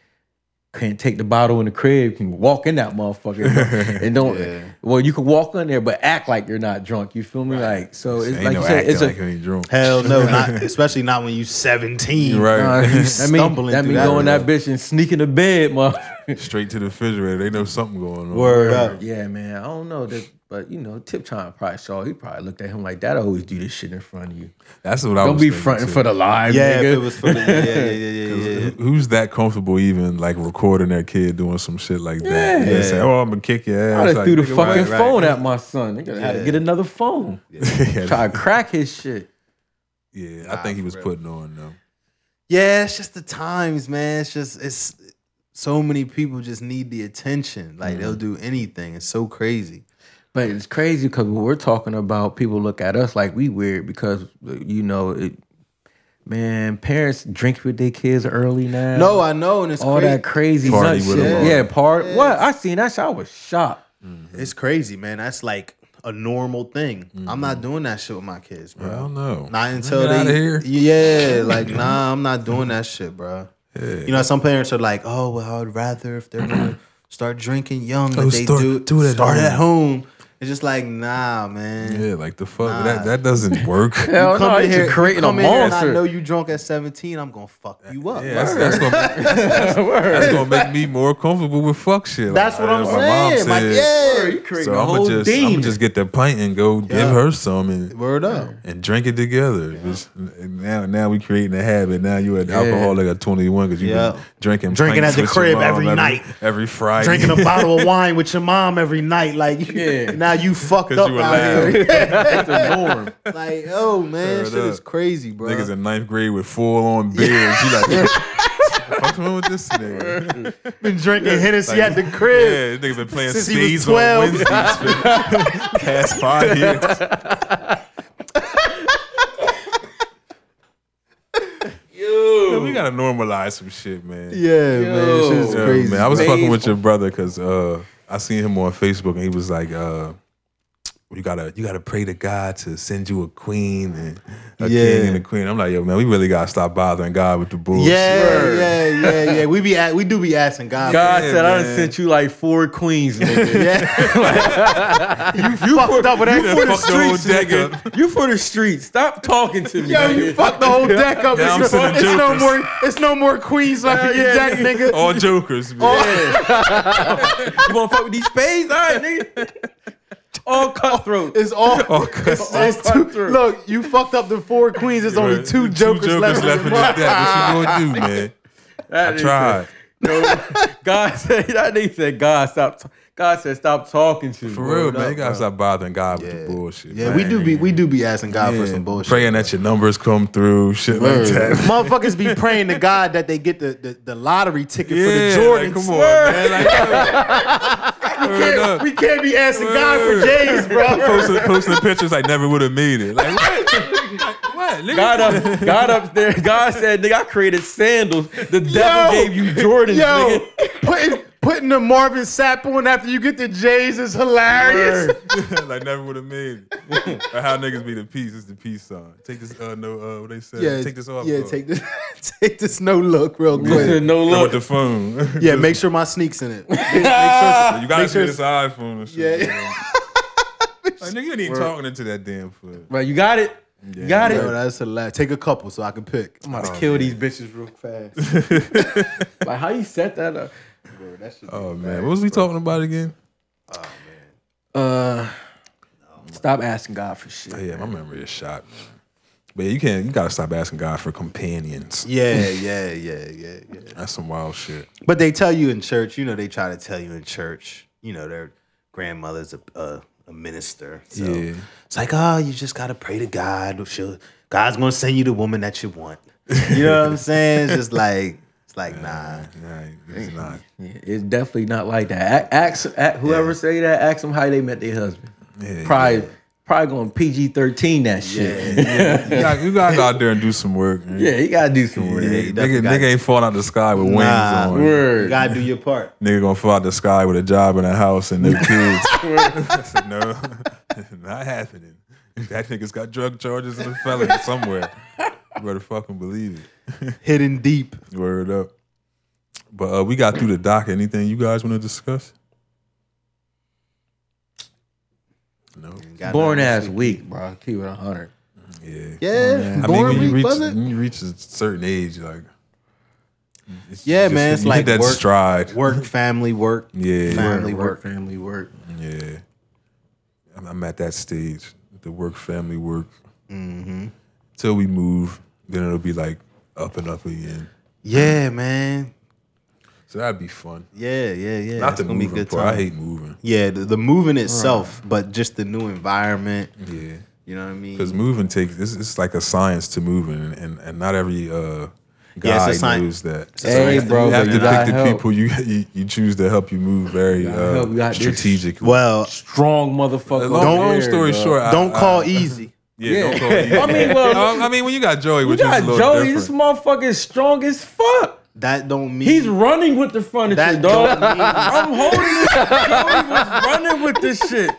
couldn't take the bottle in the crib. Can walk in that motherfucker and don't. Yeah. Well, you can walk in there, but act like you're not drunk. You feel me? Like so, it's Ain't like no you said, acting it's a like you ain't drunk. Hell no, not especially not when you 17. Right. Nah, You that mean stumbling that through mean that going room. that bitch and sneaking to bed, motherfucker. Straight to the refrigerator. They know something going on. Word up. yeah, man. I don't know that, but you know, Tip Time probably saw. He probably looked at him like that. I always do this shit in front of you. That's what I Don't was be thinking, fronting too. for the live, Yeah, nigga. if it was for the, yeah, yeah, yeah, yeah, yeah. Who- Who's that comfortable even like recording their kid doing some shit like that? And they Yeah. say, oh, I'm gonna kick your ass. I just Like, threw the nigga, fucking right, right. phone at my son. Nigga, had to Yeah. get another phone. yeah, Try to crack his shit. yeah, I think he was putting on though. Yeah, it's just the times, man. It's just it's so many people just need the attention. Like they'll Mm-hmm. do anything. It's so crazy. But it's crazy because when we're talking about people look at us like we weird because you know it. Man, parents drink with their kids early now. No, I know, and it's all crazy. that crazy Party nut with 'em shit. all. Yeah, part. What I seen that shit, I was shocked. it's crazy, man. That's like a normal thing. I'm not doing that shit with my kids, bro. I don't know. Not until Mm-hmm. Get they outta here. Yeah, like nah, I'm not doing that shit, bro. You know, some parents are like, oh well, I'd rather if they're gonna start drinking young, that Oh, they start- do, do it at start home. at home. It's just like nah, man. Yeah, like the fuck that that doesn't work. yeah, Hell come Oh, no, in you're here, creating a come in here and monster. I know you drunk at 17. I'm gonna fuck you up. that's, that's gonna that's gonna make me more comfortable with fuck shit. Like, That's what I'm my saying. Mom like, said, yeah, you So I'm gonna just I'm gonna just get the pint and go give her some and word up. and drink it together. Just- and now now we creating a habit. Now you an alcoholic at 21 because you Yeah. been drinking Drinking pints at the with your crib mom every night. every Friday, Drinking a bottle of wine with your mom every night, like Yeah. now you fucked because up you were out loud. here. get the norm. Like, oh man, Word shit is up. crazy, bro. Niggas in ninth grade with full on beards. You like, what's wrong with this nigga? been drinking Hennessy Like, at the crib. Yeah, nigga been playing Since he Steez was 12. on Wednesdays for past five years. Yo. We gotta normalize some shit, man. Yeah, man, shit is Yeah, crazy. man. I was man. fucking with your brother because uh, I seen him on Facebook and he was like, uh, "You gotta, you gotta pray to God to send you a queen and a king Yeah. and a queen." I'm like, "Yo, man, we really gotta stop bothering God with the bullshit." yeah, yeah, yeah, yeah. We be at, we do be asking God. God Yeah, said I man. done sent you like four queens, nigga. you fucked up with that. You shit. done fucked the whole deck up. you for the streets. Stop talking to me. Yo, nigga. you fucked the whole deck up. Now It's, I'm sending it's no jokers. more. It's no more queens left in your deck, nigga. All jokers. Man. You wanna fuck with these spades? All right, nigga. All cutthroat. It's all. cuts. it's, it's two, look, you fucked up the four queens. There's only two jokers, left, in the this deck. What you gonna do, man? That I nigga tried. said- God said that nigga said God stop. t- God said stop talking to me. For real, man. You gotta stop bothering God with the bullshit. Yeah, man. we do be we do be asking God for Yeah, some bullshit. Praying that your numbers come through, shit Word. like that. Motherfuckers be praying to God that they get the, the, the lottery ticket Yeah, for the Jordans. like, come on, man. Like, word up. We can't be asking God for Word. J's, bro. posting, posting pictures I never would have made it. Like what? Like, what? Nigga? God up, God up there. God said, "Nigga, I created sandals. The devil Yo. gave you Jordans, Yo, nigga." putting putting the Marvin Sapp on after you get the J's is hilarious. like never would have made it. Or how niggas be the peace is the peace sign. Take this uh no uh what they said. take this off. Yeah, bro. take this. Take this no look real quick. no Come with look. the phone. Yeah, make sure my sneaks in it. Ah. you gotta make see sure- this iPhone and shit. Yeah. Yeah. Like, nigga, you ain't even talking into that damn foot. Bro, you got it. You got it. Yeah. Yo, that's a lot. Take a couple so I can pick. I'm about to kill these bitches real fast. like how you set that up? Bro, that shit. Oh man, what was we talking about again? Uh, stop asking God for shit. Oh, yeah, my memory is shot. Man. But you can't. You gotta stop asking God for companions. Yeah, yeah, yeah, yeah, yeah. That's some wild shit. But they tell you in church, you know, they try to tell you in church, you know, their grandmother's a, a, a minister. So Yeah. it's like, oh, you just got to pray to God. She'll, God's going to send you the woman that you want. You know what I'm saying? It's just like, it's like, nah. Nah, it's not. Yeah, It's definitely not like that. A- Ask, a- whoever say that, ask them how they met their husband. Yeah, probably, probably going PG thirteen that shit. Yeah, You gotta, you gotta go out there and do some work. Man. you gotta do some work. Yeah, you nigga, definitely gotta- nigga ain't falling out the sky with wings Nah. on. You Word. got to do your part. Nigga gonna fall out the sky with a job and a house and no kids. I said, no, not happening. That nigga's got drug charges and a felony somewhere. You better fucking believe it. Hidden deep. Word up. But uh, we got through the doc. Anything you guys want to discuss? No. Got Born nothing. ass weak, bro. Keep it hundred. Yeah. Yeah. I mean, Born when you, weak, reach, was it? when you reach a certain age, like. it's Yeah, just- man. It's you like hit that work, stride. work, family, work. Yeah, Family work. family work. yeah. I'm, I'm at that stage. The work, family, work. Mm-hmm. Till we move, then it'll be like up and up again. Yeah, man. So that'd be fun. Yeah, yeah, yeah. Not It's the gonna be moving good part. I time. hate moving. Yeah, the, the moving itself, but just the new environment. Yeah, You know what I mean? because moving takes. It's, it's like a science to moving, and and, and not every uh Yeah, it's guy a sci- knows that. a science Hey, to bro, you moving, have but to you pick know? gotta the help. people you, you you choose to help you move very gotta help. You uh, got this. strategically. Well, Strong motherfucker. long, over long there, story bro. short, I- don't I- call easy. Yeah, Yeah. don't call easy. I mean, well, Um, I mean, when you got Joey, you which got is a little Joey. This different. motherfucker is strong as fuck. That don't mean He's running with the furniture, that dog. don't mean I'm holding it. Joey was running with this shit.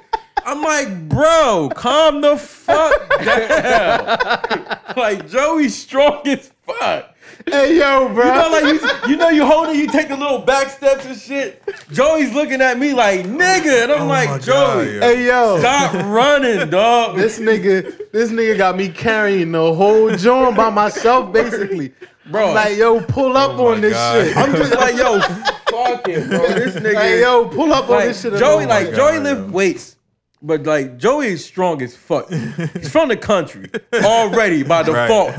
I'm like, bro, calm the fuck down. like Joey's strong as fuck. Hey yo, bro. You know, like you, you know, you hold it, you take the little back steps and shit. Joey's looking at me like, nigga, and I'm Oh my like, God, Joey, yeah. hey yo. stop running, dog. This nigga, this nigga got me carrying the whole joint by myself, basically. Bro. I'm like, yo, pull up on this God. shit. I'm just like, yo, fuck it, bro. This nigga, Hey yo, pull up on like, this shit. Joey, alone. like God, Joey yo. lift weights, but like Joey is strong as fuck. He's from the country already by default.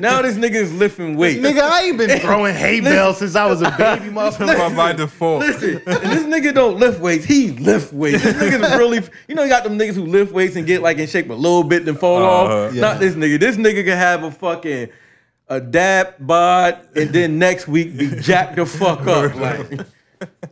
Now this nigga is lifting weights. nigga, I ain't been throwing hay bales since I was a baby, motherfucker. By, by default, Listen, and this nigga don't lift weights. He lift weights. This nigga's really, you know, you got them niggas who lift weights and get like in shape a little bit then fall Uh-huh. off. Not this nigga. This nigga can have a fucking a dab bod and then next week be jacked the fuck up. Like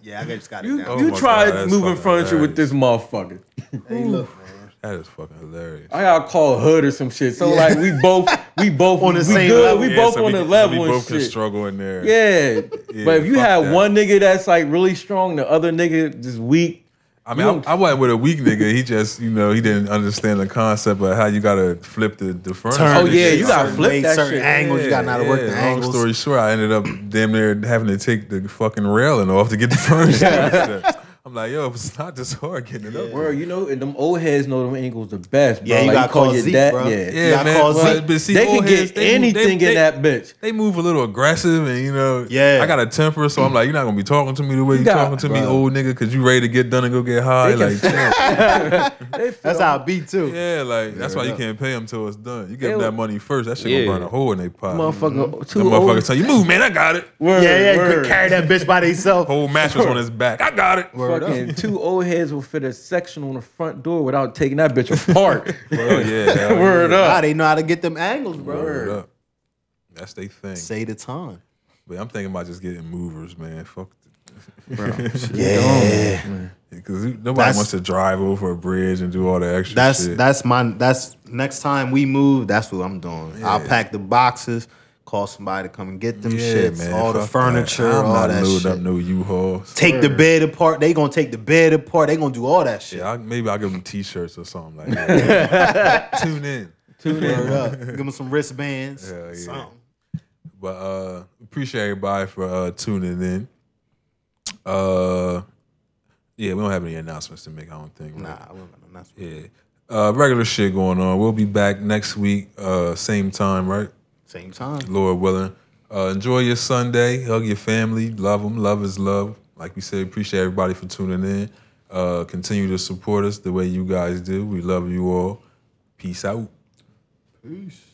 Yeah, I just got it you, Oh you my try God, that's moving fucking furniture with this motherfucker. Hey, look, man. that is fucking hilarious. I gotta call Hood or some shit. So like we both we both On the we same good. level. Uh, We Yeah, both so on we- the so level We and both can shit. struggle in there. Yeah. but if you fuck have that. one nigga that's like really strong, the other nigga just weak. I mean, don't- I, I wasn't with a weak nigga. He just, you know, he didn't understand the concept of how you gotta flip the the furniture. Turn Oh, this yeah, shit you gotta certain flip ways, that certain shit. angles. you gotta know how to work yeah. the Long angles. story short, I ended up damn near having to take the fucking railing off to get the furniture. up. I'm like, yo, it's not this hard getting it up. Bro, you know, and them old heads know them angles the best, bro. Yeah, you Like, gotta call your Zeke, dad- bro. You Yeah. Yeah, gotta man. call But, Zeke. but see, They can old get heads, they move- they- anything they- in that bitch. they move a little aggressive and you know Yeah. i got a temper so i'm like you're not gonna be talking to me the way you're Nah, talking to me bro. old nigga because you ready to get done and go get high They like can- chill. They feel- That's how I be too. yeah like that's why you can't pay them till it's done you give them They- that money first that shit Yeah. gonna burn a hole in their pot motherfucker Mm-hmm. the too motherfucker old. tell you move man i got it Word, Yeah, yeah, word. carry that bitch by themselves. whole mattress on his back i got it Fucking two old heads will fit a section on the front door without taking that bitch apart. oh yeah hell yeah. Word up. God, they know how to get them angles, bro. Word up. that's they thing Say the time. but i'm thinking about just getting movers man fuck Yeah, because nobody That's- wants to drive over a bridge and do all the extra that's shit. that's my that's next time we move. That's what I'm doing. I'll pack the boxes, call somebody to come and get them shits, all the fuck that. furniture, I'm all not that loading shit. up no U-Hauls. Take the bed apart. They gonna take the bed apart. They gonna do all that shit. Yeah, I, maybe I'll give them t-shirts or something like that. Tune in. Tune in. Word up. Give them some wristbands. Hell yeah. something. But uh appreciate everybody for uh tuning in. Uh Yeah, we don't have any announcements to make. I don't think. right? Nah, I wasn't gonna announce it. Yeah. Uh, regular shit going on. We'll be back next week, uh, same time, right? Same time. Lord willing. Uh, enjoy your Sunday. Hug your family. Love them. Love is love. Like we said, appreciate everybody for tuning in. Uh, continue to support us the way you guys do. We love you all. Peace out. Peace.